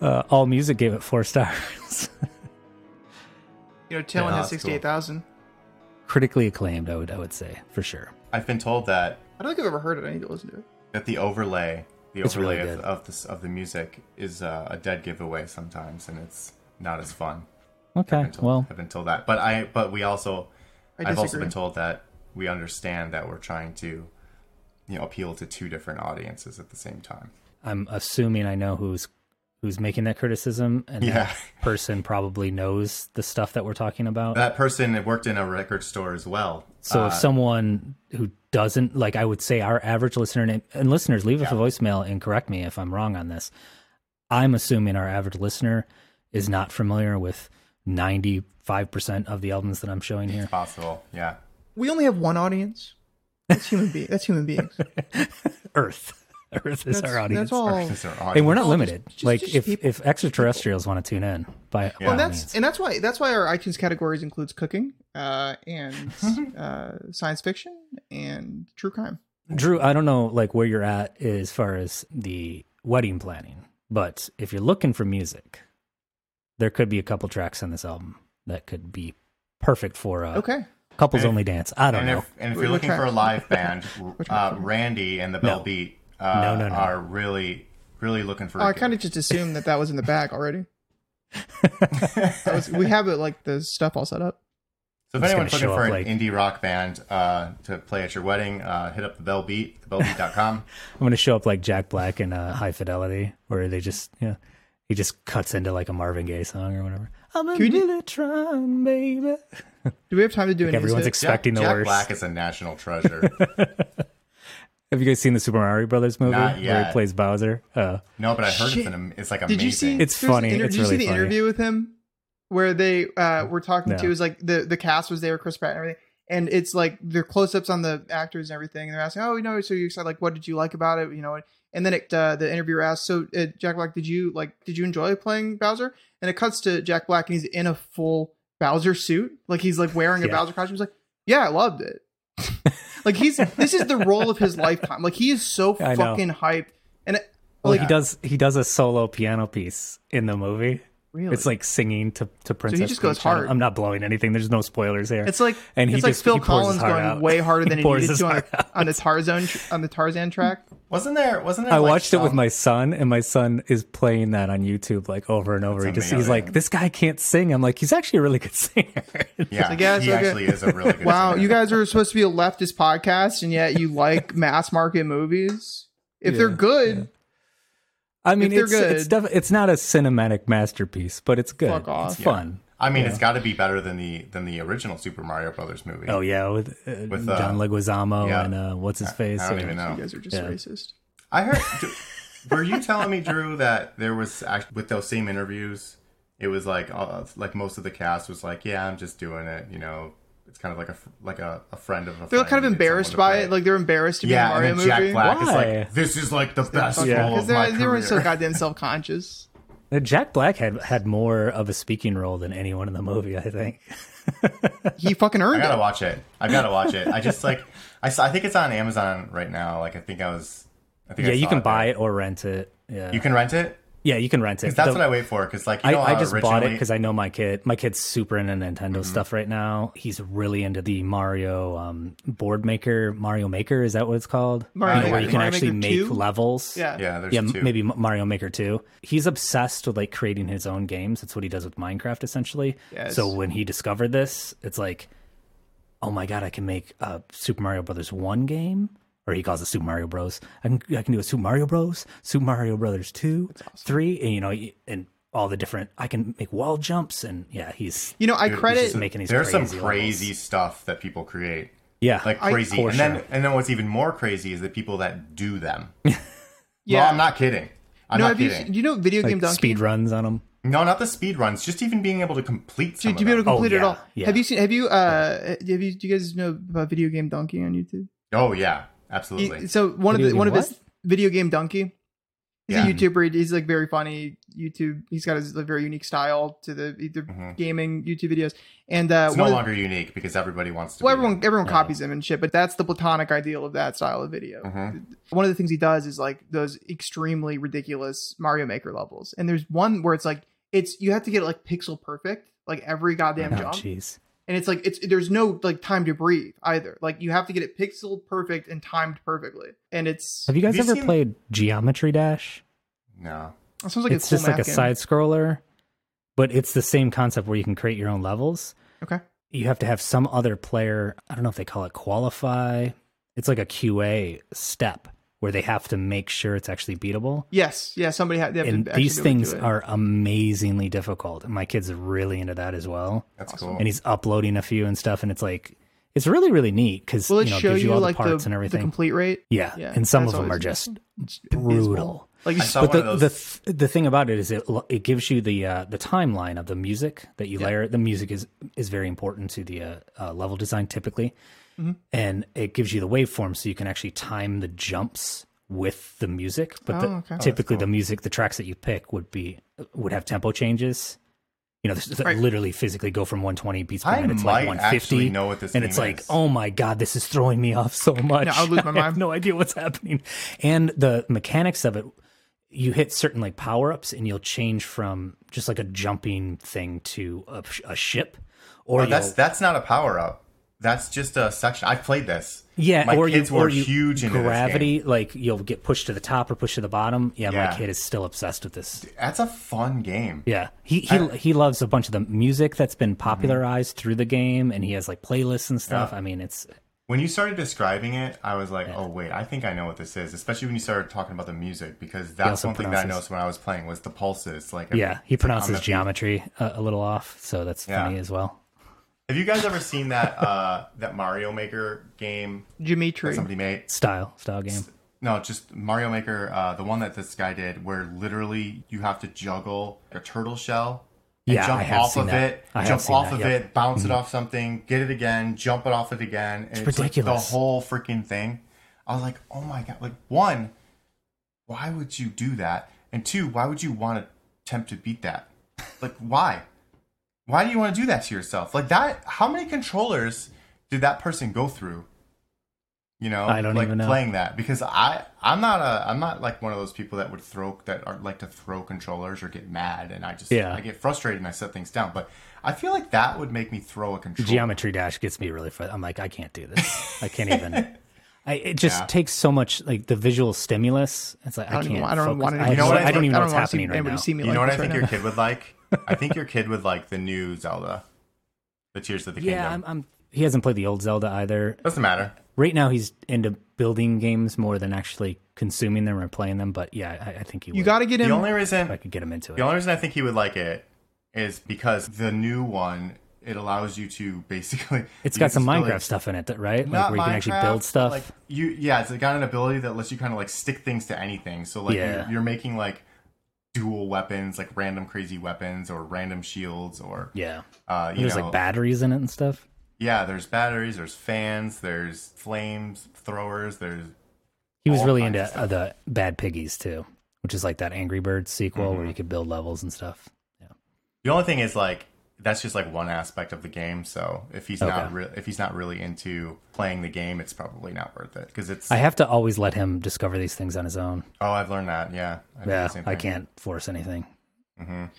F: Uh, All Music gave it four stars.
E: You know, Tailwind
G: Yeah,
E: has
G: that's cool.
E: 68,000.
F: Critically acclaimed, I would, I would say for sure.
G: I've been told that
E: I don't think I've ever heard it. I need to listen to it.
G: that the overlay the
F: It's really
G: overlay of,
F: good.
G: of this of the music is uh, a dead giveaway sometimes, and it's not as fun.
F: Okay,
G: I've been told-
F: well,
G: I've been told that, but I but we also
E: I
G: I've also
E: disagree.
G: been told that we understand that we're trying to you know appeal to two different audiences at the same time.
F: I'm assuming I know who's who's making that criticism, and
G: Yeah.
F: that person probably knows the stuff that we're talking about.
G: That person that worked in a record store as well.
F: So
G: Uh,
F: if someone who doesn't like, I would say our average listener and, and listeners leave us a voicemail and correct me if I'm wrong on this. I'm assuming our average listener is not familiar with 95% of the albums that I'm showing here.
G: possible, yeah.
E: We only have one audience. That's human being. That's human beings.
F: Earth, Earth is
E: That's,
F: our audience,
E: that's all.
G: This is our audience.
F: and we're not
E: Well,
F: limited.
E: just- just-
F: like
E: just
F: if
E: people-
F: if extraterrestrials want to tune in, by by
G: Well,
F: all
E: and that's
F: means.
E: and that's why that's why our iTunes categories includes cooking, uh, and uh, science fiction and true crime.
F: Drew, I don't know like where you're at as far as the wedding planning, but if you're looking for music, there could be a couple tracks on this album that could be perfect for a
E: Okay,
F: couples
G: And if-
F: only dance. I don't
G: and
F: know.
G: if, and if
E: We're
G: you're looking for a
E: retracting.
G: live band, uh,
E: retracting.
G: Randy and the
F: No.
G: Bell Beat uh,
F: No, no, no.
G: are really, really looking for.
E: oh, I kind of just assumed that that was in the bag already. That was- we have it like the stuff all set up.
G: So if
F: It's
G: anyone's
F: gonna
G: looking
F: show
G: for an
F: up like-
G: indie rock band uh, to play at your wedding, uh, hit up the Bell Beat, thebellbeat.com.
F: I'm gonna show up like Jack Black in uh, High Fidelity, where they just yeah, he just cuts into like a Marvin Gaye song or whatever. I'm a
E: Could you-
F: really trying baby.
E: Do we have time to do an
F: Everyone's
E: exit?
F: expecting
G: Jack,
F: the
G: Jack
F: worst.
G: Black is a national treasure.
F: Have you guys seen the Super Mario Brothers movie
G: Not
F: where he
G: yet.
F: plays Bowser? Uh,
G: no, but I heard
E: Shit.
G: it's an, it's like amazing.
E: Did you see?
F: It's
E: there was an
F: funny.
E: inter-
F: It's
E: did you
F: really
E: see the
F: funny.
E: interview with him where they uh, were talking to?
F: No.
E: It was like the the cast was there, Chris Pratt and everything. And it's like their close ups on the actors and everything. And they're asking, "Oh, you know, so you said like, what did you like about it? You know?" And then it, uh, the interviewer asked, "So uh, Jack Black, did you like? Did you enjoy playing Bowser?" And it cuts to Jack Black, and he's in a full Bowser suit, like he's like wearing a
F: Yeah.
E: Bowser costume. He's like, "Yeah, I loved it." like he's this is the role of his lifetime. Like he is so
F: I know.
E: fucking hyped. And it,
F: well,
E: like
F: he does he does a solo piano piece in the movie.
E: Really?
F: It's like singing to to Princess.
E: just goes
F: Peach. I don't-
E: hard.
F: I'm not blowing anything. There's no spoilers here.
E: It's like
F: and
E: it's
F: he
E: like
F: just
E: Phil
F: he pours his
E: Collins
F: heart
E: going
F: out.
E: way harder than he,
F: pours
E: needed
F: his
E: to on,
F: heart out.
E: on the Tarzan on the Tarzan track.
G: Wasn't there? Wasn't there?
F: I
G: like,
F: watched it with
G: some-
F: my son, and my son is playing that on YouTube like over and over.
G: That's
F: he just he's
G: amazing.
F: like, "This guy can't sing." I'm like, "He's actually a really good singer."
G: Yeah,
E: Like, yeah, it's
G: he
E: like a-
G: actually is a really good.
E: Wow,
G: singer.
E: you guys are supposed to be a leftist podcast, and yet you like mass market movies. If they're
F: Yeah,
E: good,
F: I mean,
E: they're
F: it's it's,
E: good.
F: def- it's not a cinematic masterpiece, but it's good.
E: Fuck off.
F: It's fun.
G: I mean, it's got to be better than the than the original Super Mario Brothers movie.
F: Oh yeah, with, uh,
G: With, uh,
F: John Leguizamo
G: yeah.
F: and uh, what's his face?
G: I don't
F: Yeah.
G: even know.
E: you guys are just
F: Yeah.
E: racist.
G: I heard. d- were you telling me, Drew, that there was act- with those same interviews? It was like uh, like most of the cast was like, "Yeah, I'm just doing it." You know, it's kind of like a fr- like a, a friend of a.
E: They're
G: friend
E: kind of
G: needed
E: embarrassed
G: someone to
E: by
G: play.
E: it. Like they're embarrassed to be
G: yeah,
E: in a
G: and
E: Mario
G: then Jack
E: movie.
G: Black is
F: Why?
G: like, "This is like the best
E: yeah,
G: role of my
E: they're,
G: career."
E: they're so goddamn self conscious.
F: Uh, Jack Black had had more of a speaking role than anyone in the movie. I think.
E: He fucking
G: I
E: earned
G: gotta
E: it.
G: watch it. I gotta watch it. I just like I saw, I think it's on Amazon right now. Like I think I was. I think
F: Yeah,
G: I
F: you
G: saw
F: can
G: there.
F: buy it or rent it. Yeah,
G: You can rent it.
F: yeah, you can rent it.
G: 'Cause That's
F: The-
G: what I wait for. Because like you
F: I,
G: know
F: I
G: how
F: just bought it
G: originally- Mm-hmm.
F: because I know my kid. My kid's super into Nintendo stuff right now. He's really into the Mario um, board maker, Mario Maker. Is that what it's called?
E: Mario
F: You know, where
G: Maker-
F: you can
E: Mario
F: actually
E: Maker
F: make
E: 2?
F: levels.
E: Yeah.
G: yeah, there's
F: yeah, m-
G: two.
F: maybe M- Mario Maker 2. He's obsessed with like creating his own games. That's what he does with Minecraft essentially.
E: Yes.
F: So when he discovered this, it's like, oh my god, I can make a Super Mario Brothers one game, or he calls it Super Mario Bros. I can I can do a Super Mario Bros, Super Mario Brothers two, three, and you know, y- and all the different. I can make wall jumps, and yeah, he's
E: You know, I
G: Dude,
E: credit
F: just making these
G: There's some
F: crazy levels.
G: crazy stuff that people create,
F: yeah,
G: like
E: I-
G: crazy.
F: For
G: and then,
F: sure.
G: and then what's even more crazy is the people that do them.
E: yeah.
G: Well, I'm not kidding. I'm
E: no,
G: not
E: have you,
G: kidding.
E: do you know video game
F: like
E: donkey?
F: speed runs on him.
G: No, not the speed runs. Just even being able to complete.
E: to,
G: Some
E: to
G: of
E: be able to
G: them.
F: Oh,
E: complete it
F: yeah,
E: all.
F: yeah.
E: Have you seen? Have you? Uh, have you? Do you guys know about video game donkey on YouTube?
G: Oh yeah,
E: He-
G: absolutely.
E: so one
F: Video
E: of the
F: game
E: one
F: what?
E: of his video game donkey. He's
G: Yeah.
E: a YouTuber. He's like very funny YouTube. He's got his like, very unique style to the either
G: Mhm.
E: gaming YouTube videos. And uh,
G: It's
E: one
G: no
E: of the-
G: longer unique because everybody wants to.
E: well,
G: be
E: everyone
G: them.
E: everyone copies him and shit. But that's the platonic ideal of that style of video.
G: Mhm.
E: One of the things he does is like those extremely ridiculous Mario Maker levels. And there's one where it's like it's you have to get it like pixel perfect, like every goddamn
F: Oh
E: jump
F: jeez,
E: and it's like it's there's no like time to breathe either. Like you have to get it pixel perfect and timed perfectly, and it's
F: have you guys
G: Have you
F: ever
G: seen-
F: played Geometry Dash?
G: No.
E: it sounds like
F: it's
E: a cool
F: just like
E: math
F: a
E: game.
F: side scroller, but it's the same concept where you can create your own levels.
E: Okay,
F: You have to have some other player, I don't know if they call it qualify. It's like a QA step where they have to make sure it's actually beatable.
E: yes, yeah. Somebody had they have
F: And
E: to actually
F: these
E: do it,
F: things
E: do it.
F: are amazingly difficult. And my kid's really into that as well.
G: That's
E: Awesome.
G: cool.
F: And he's uploading a few and stuff. And it's like, it's really, really neat because
E: Will
F: you
E: it
F: know, it
E: show
F: gives you,
E: you
F: all
E: like
F: the parts and everything.
E: the complete rate?
F: yeah.
E: Yeah,
F: And some of
E: that's
F: them are
E: always-
F: just
E: It's
F: brutal.
E: Like
G: I
E: you,
G: saw
F: but
G: one
F: the,
G: of those.
F: the th- the thing about it is it l- it gives you the uh, the timeline of the music that you layer. The music is is very important to the uh, uh, level design typically,
G: Mm-hmm.
F: and it gives you the waveform so you can actually time the jumps with the music. But the,
E: Oh, okay. Oh, that's
F: typically the music, the tracks that you pick would be would have tempo changes. You know, this is-
E: Right.
F: literally physically go from 120 beats per
G: I
F: minute to
G: might
F: like 150.
G: actually know what this
F: and it's
G: game
F: like,
G: is.
F: oh my god, this is throwing me off so much.
E: No, I would lose my
F: have
E: mind.
F: no idea what's happening. And the mechanics of it, you hit certain like power ups, and you'll change from just like a jumping thing to a, a ship, or
G: Oh, that's
F: you'll-
G: that's not a power up. That's just a section. I played this.
F: yeah,
G: my
F: or
G: kids
F: you,
G: were
F: or you
G: huge into this
F: gravity. Like you'll get pushed to the top or pushed to the bottom. Yeah,
G: Yeah.
F: my kid is still obsessed with this.
G: That's a fun game.
F: Yeah, he he he loves a bunch of the music that's been
G: Mm-hmm.
F: popularized through the game, and he has like playlists and stuff. I mean, it's
G: When you started describing it, I was like, "Oh wait, I think I know what this is." Especially when you started talking about the music, because that's
F: also
G: one thing that I
F: pronounces-
G: noticed when I was playing was the pulses. Like,
F: yeah, he
G: it's like on
F: pronounces
G: the-
F: geometry a, a little off, so that's
G: Yeah.
F: funny as well.
G: Have you guys ever seen that uh, that Mario Maker game that
E: Dimitri.
G: somebody made?
F: Style style game.
G: No, just Mario Maker, uh, the one that this guy did, where literally you have to juggle a turtle shell and
F: Yeah,
G: jump
F: I have
G: off
F: seen
G: of
F: that.
G: it,
F: I have
G: jump
F: seen
G: off
F: that, Mm-hmm.
G: of
F: yep.
G: it, bounce it off something, get it again, jump it off it again. And it's, like,
F: ridiculous.
G: the whole freaking thing. I was like, oh my god! Like one, why would you do that? And two, why would you want to attempt to beat that? Like why? Why do you want to do that to yourself? Like that? How many controllers did that person go through? You know,
F: I don't
G: like
F: even know.
G: playing that because I I'm not a I'm not like one of those people that would throw that are like to throw controllers or get mad and I just
F: Yeah.
G: I get frustrated and I set things down. But I feel like that would make me throw a controller.
F: Geometry Dash gets me really fun. I'm like, I can't do this. I can't even. I, it just
G: Yeah.
F: takes so much like the visual stimulus. It's like I,
E: don't
F: can't.
E: even- I don't
F: focus.
E: want
F: I,
E: anybody
G: to
F: just-
G: see-
F: I don't even
E: I
F: know
E: don't wanna
F: what's
E: see
F: happening right
E: anybody
F: now.
E: see me
G: You
E: like
G: know what I
E: this right
G: think
E: now.
G: your kid would like? I think your kid would like the new Zelda, the Tears of the
F: yeah, I'm,
G: Kingdom.
F: I'm. He hasn't played the old Zelda either.
G: Doesn't matter.
F: Right now, he's into building games more than actually consuming them or playing them. But yeah, I, I think he.
E: You
F: would,
E: got to get
G: The
E: him.
G: only
F: If I
G: reason
F: could get him into it.
G: the only reason I think he would like it is because the new one it allows you to basically
F: it's
G: you
F: got some
G: just
F: Minecraft
G: really-
F: stuff in it, that, right? Like
G: Not
F: where you can actually
G: Minecraft,
F: build stuff.
G: Like you, yeah, it's got an ability that lets you kind of like stick things to anything. So like
F: Yeah.
G: you, you're making like dual weapons, like random crazy weapons or random shields, or
F: yeah,
G: uh, you
F: there's
G: know,
F: like batteries in it and stuff.
G: yeah. There's batteries, there's fans, there's flames throwers, there's
F: He was
G: all
F: really
G: kinds
F: into
G: of
F: uh, the Bad Piggies too, which is like that Angry Birds sequel where you could build levels and stuff.
G: The only thing is like that's just like one aspect of the game. So if he's not
F: Okay.
G: re- if he's not really into playing the game, it's probably not worth it because it's.
F: I have to always let him discover these things on his own.
G: oh, I've learned that. Yeah, I do the
F: Yeah,
G: same
F: I
G: thing.
F: can't force anything.
G: You,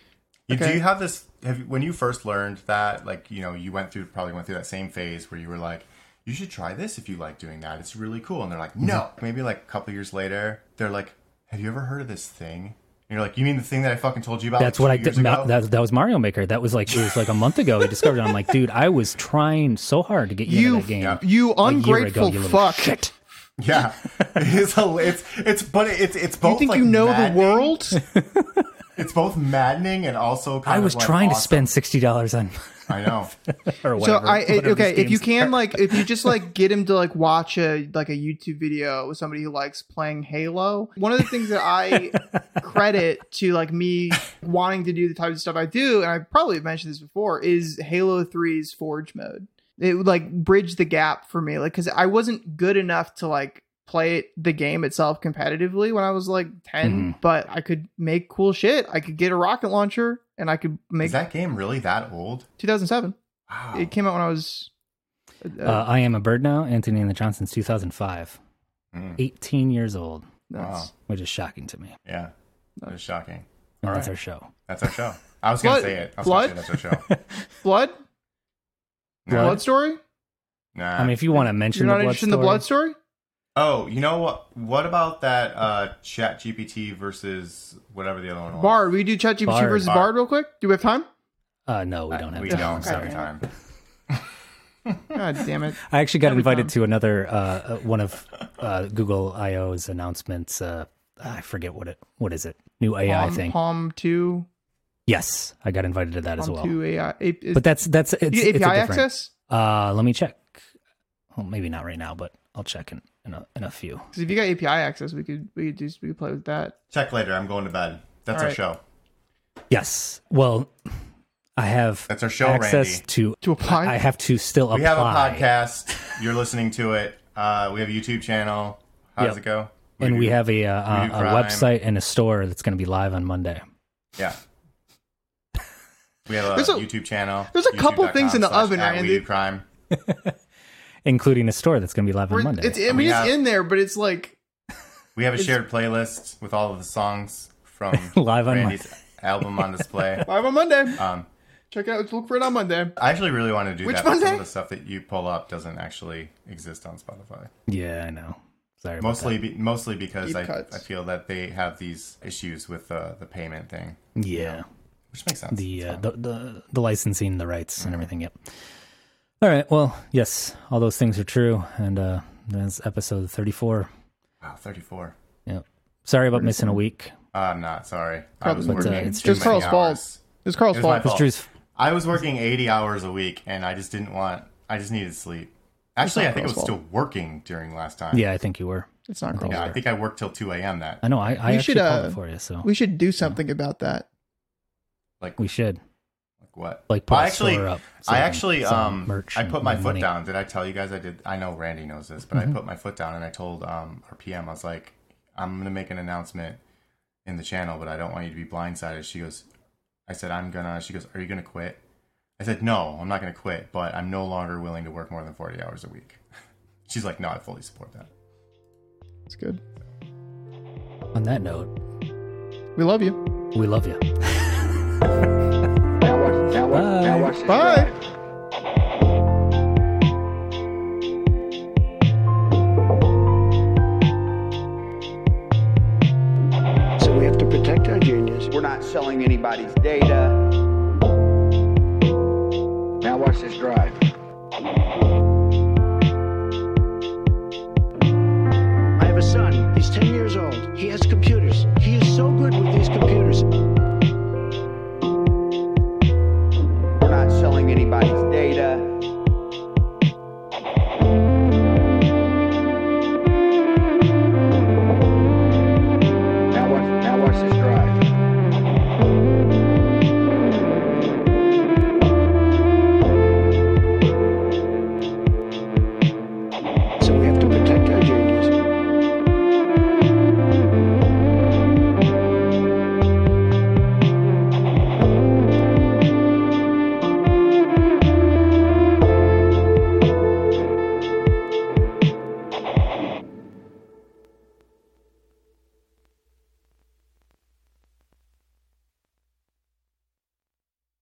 G: Do
E: Okay.
G: you have this? Have you, when you first learned that? Like you know, you went through probably went through that same phase where you were like, you should try this if you like doing that. It's really cool. And they're
F: Mm-hmm.
G: like, no. Maybe like a couple years later, they're like, have you ever heard of this thing? And you're like, you mean the thing that I fucking told you about?
F: That's
G: like,
F: what I
G: two years
F: did. Ma-
G: ago?"
F: That, that was Mario Maker. That was like it was like a month ago. He discovered it. I'm like, dude, I was trying so hard to get you,
E: You,
F: into that game.
E: you
F: year ago,
E: ungrateful
F: you little
E: fuck.
F: shit.
G: Yeah, it's a, it's it's but it's it's both.
E: You think
G: like,
E: you know the
G: maddening-
E: world?
G: It's both maddening and also. Kind
F: I
G: of,
F: was
G: like,
F: trying to
G: awesome.
F: spend sixty dollars on
G: I know.
F: or
E: so
F: whatever.
E: I
F: whatever
E: okay.
F: these
E: If you
F: games-
E: can like, if you just like get him to like watch a like a YouTube video with somebody who likes playing Halo. One of the things that I credit to like me wanting to do the types of stuff I do, and I probably mentioned this before, is Halo 3's Forge mode. It would like bridge the gap for me, like because I wasn't good enough to like play it, the game itself competitively when I was like 10
F: Mm-hmm.
E: but I could make cool shit. I could get a rocket launcher, and I could make
G: Is that game really that old?
E: 2007.
G: Wow.
E: It came out when I was.
F: uh, I am a bird now. Anthony and the Johnsons, two thousand five.
G: Mm.
F: Eighteen years old,
E: That's,
F: which is shocking to me.
G: yeah, that is shocking.
F: And
G: All
F: that's
G: right.
F: our show.
G: That's our show. I was gonna
E: Blood-
G: say it. I was gonna
E: blood?
G: say that's our show.
E: Blood?
G: No,
E: Blood story?
G: nah.
F: I mean, if you want to mention
E: You're not
F: the blood
E: interested in the
F: story-
E: blood story?
G: oh, you know what? What about that uh, Chat GPT versus whatever the other one was?
E: Bard. We do ChatGPT
F: Bard.
E: versus Bard.
G: Bard.
E: real quick. Do we have time?
F: Uh, no, we don't have.
G: We
F: time.
G: don't
E: Okay.
G: have time.
E: God damn it.
F: I actually got
E: Every
F: invited
E: time.
F: to another uh, uh, one of uh, Google I/O's announcements. Uh, I forget what it what is it new AI
E: Palm,
F: thing.
E: Palm 2.
F: Yes, I got invited to that as
E: Palm
F: well.
E: 2 AI. A- is-
F: But that's that's it's,
E: you get
F: it's a
E: API
F: different-
E: access?
F: Uh, let me check. Well, maybe not right now, but I'll check in in a, in a few.
E: Because if you got API access, we could we could do we could play with that.
G: Check later. I'm going to bed. That's
E: All
G: our
E: right.
G: show.
F: Yes. Well, I have
G: That's our show,
F: access
G: Randy.
F: to.
E: To apply?
F: I have to still
G: We have a
F: apply.
G: podcast. You're listening to it. Uh, we have a YouTube channel. How does it
F: Yep.
G: go?
F: and we
G: do-
F: have a, uh,
G: we do
F: a
G: crime.
F: website and a store that's going to be live on Monday.
G: yeah. We have a,
E: There's a-
G: YouTube channel.
E: there's a couple
G: youtube.com
E: things in the
G: slash
E: oven,
G: at
E: Randy.
G: We Do crime.
F: Including a store that's going to be live on
E: We're,
F: Monday.
E: it's, I mean,
G: We
E: it's
G: have-
E: in there, but it's like
G: We have a shared playlist with all of the songs from
F: Live on
G: Randy's album on display.
E: live on Monday.
G: Um,
E: Check it out. Look for it on Monday.
G: I actually really want to do
E: Which
G: that. but Some
E: Monday?
G: of the stuff that you pull up doesn't actually exist on Spotify.
F: yeah, I know. Sorry. about
G: Mostly, be, mostly because
E: Deep
G: I,
E: cuts.
G: I feel that they have these issues with uh, the payment thing,
F: that. Yeah.
G: which makes sense.
F: the, uh, the the the licensing, the rights,
E: Mm-hmm.
F: and everything. Yep. All right. Well, yes, all those things are true, and uh, that's episode thirty-four.
G: wow, 34.
F: Yep. Sorry about missing a week.
G: I'm not sorry. I
E: Probably-
G: was
E: But, uh,
G: working.
F: it's
G: too
E: just
G: many
E: Carl's fault.
G: hours.
E: It's Carl's
G: It was my
E: fault.
G: fault.
F: It's Drew's.
G: I was working 80 hours a week, and I just didn't want. I just needed sleep. Actually,
E: not
G: I think I was
E: Carl's
G: still working during last
E: Oh,
G: time.
F: Yeah, I think you were.
E: It's not Carl's
G: Yeah, I
E: fault.
G: think I worked till 2 a.m. that.
F: I know. I, I
E: We
F: actually
E: should,
F: called
E: uh,
F: it for you, so
E: We should do something about that.
G: Like,
F: we should
G: like what?
F: like put
G: I
F: a
G: actually,
F: store up. so
G: I
F: we can
G: actually,
F: sell
G: um,
F: merch
G: I
F: and
G: put my
F: make
G: foot
F: money. Mm-hmm.
G: down. Did I tell you guys I did? I know Randy knows this, but I put my foot down and I told um our PM I was like, I'm gonna make an announcement in the channel, but I don't want you to be blindsided. She goes, I said I'm gonna. She goes, Are you gonna quit? I said, No, I'm not gonna quit, but I'm no longer willing to work more than 40 hours a week. She's like, No, I fully support that.
E: It's good.
F: On that note,
E: We love you.
F: we love you.
A: Now watch, now watch, now watch this
E: Bye.
A: drive.
H: selling anybody's data.
I: Now watch this drive.
A: I have a son. He's 10 years old. He has computers. He is so good with these computers.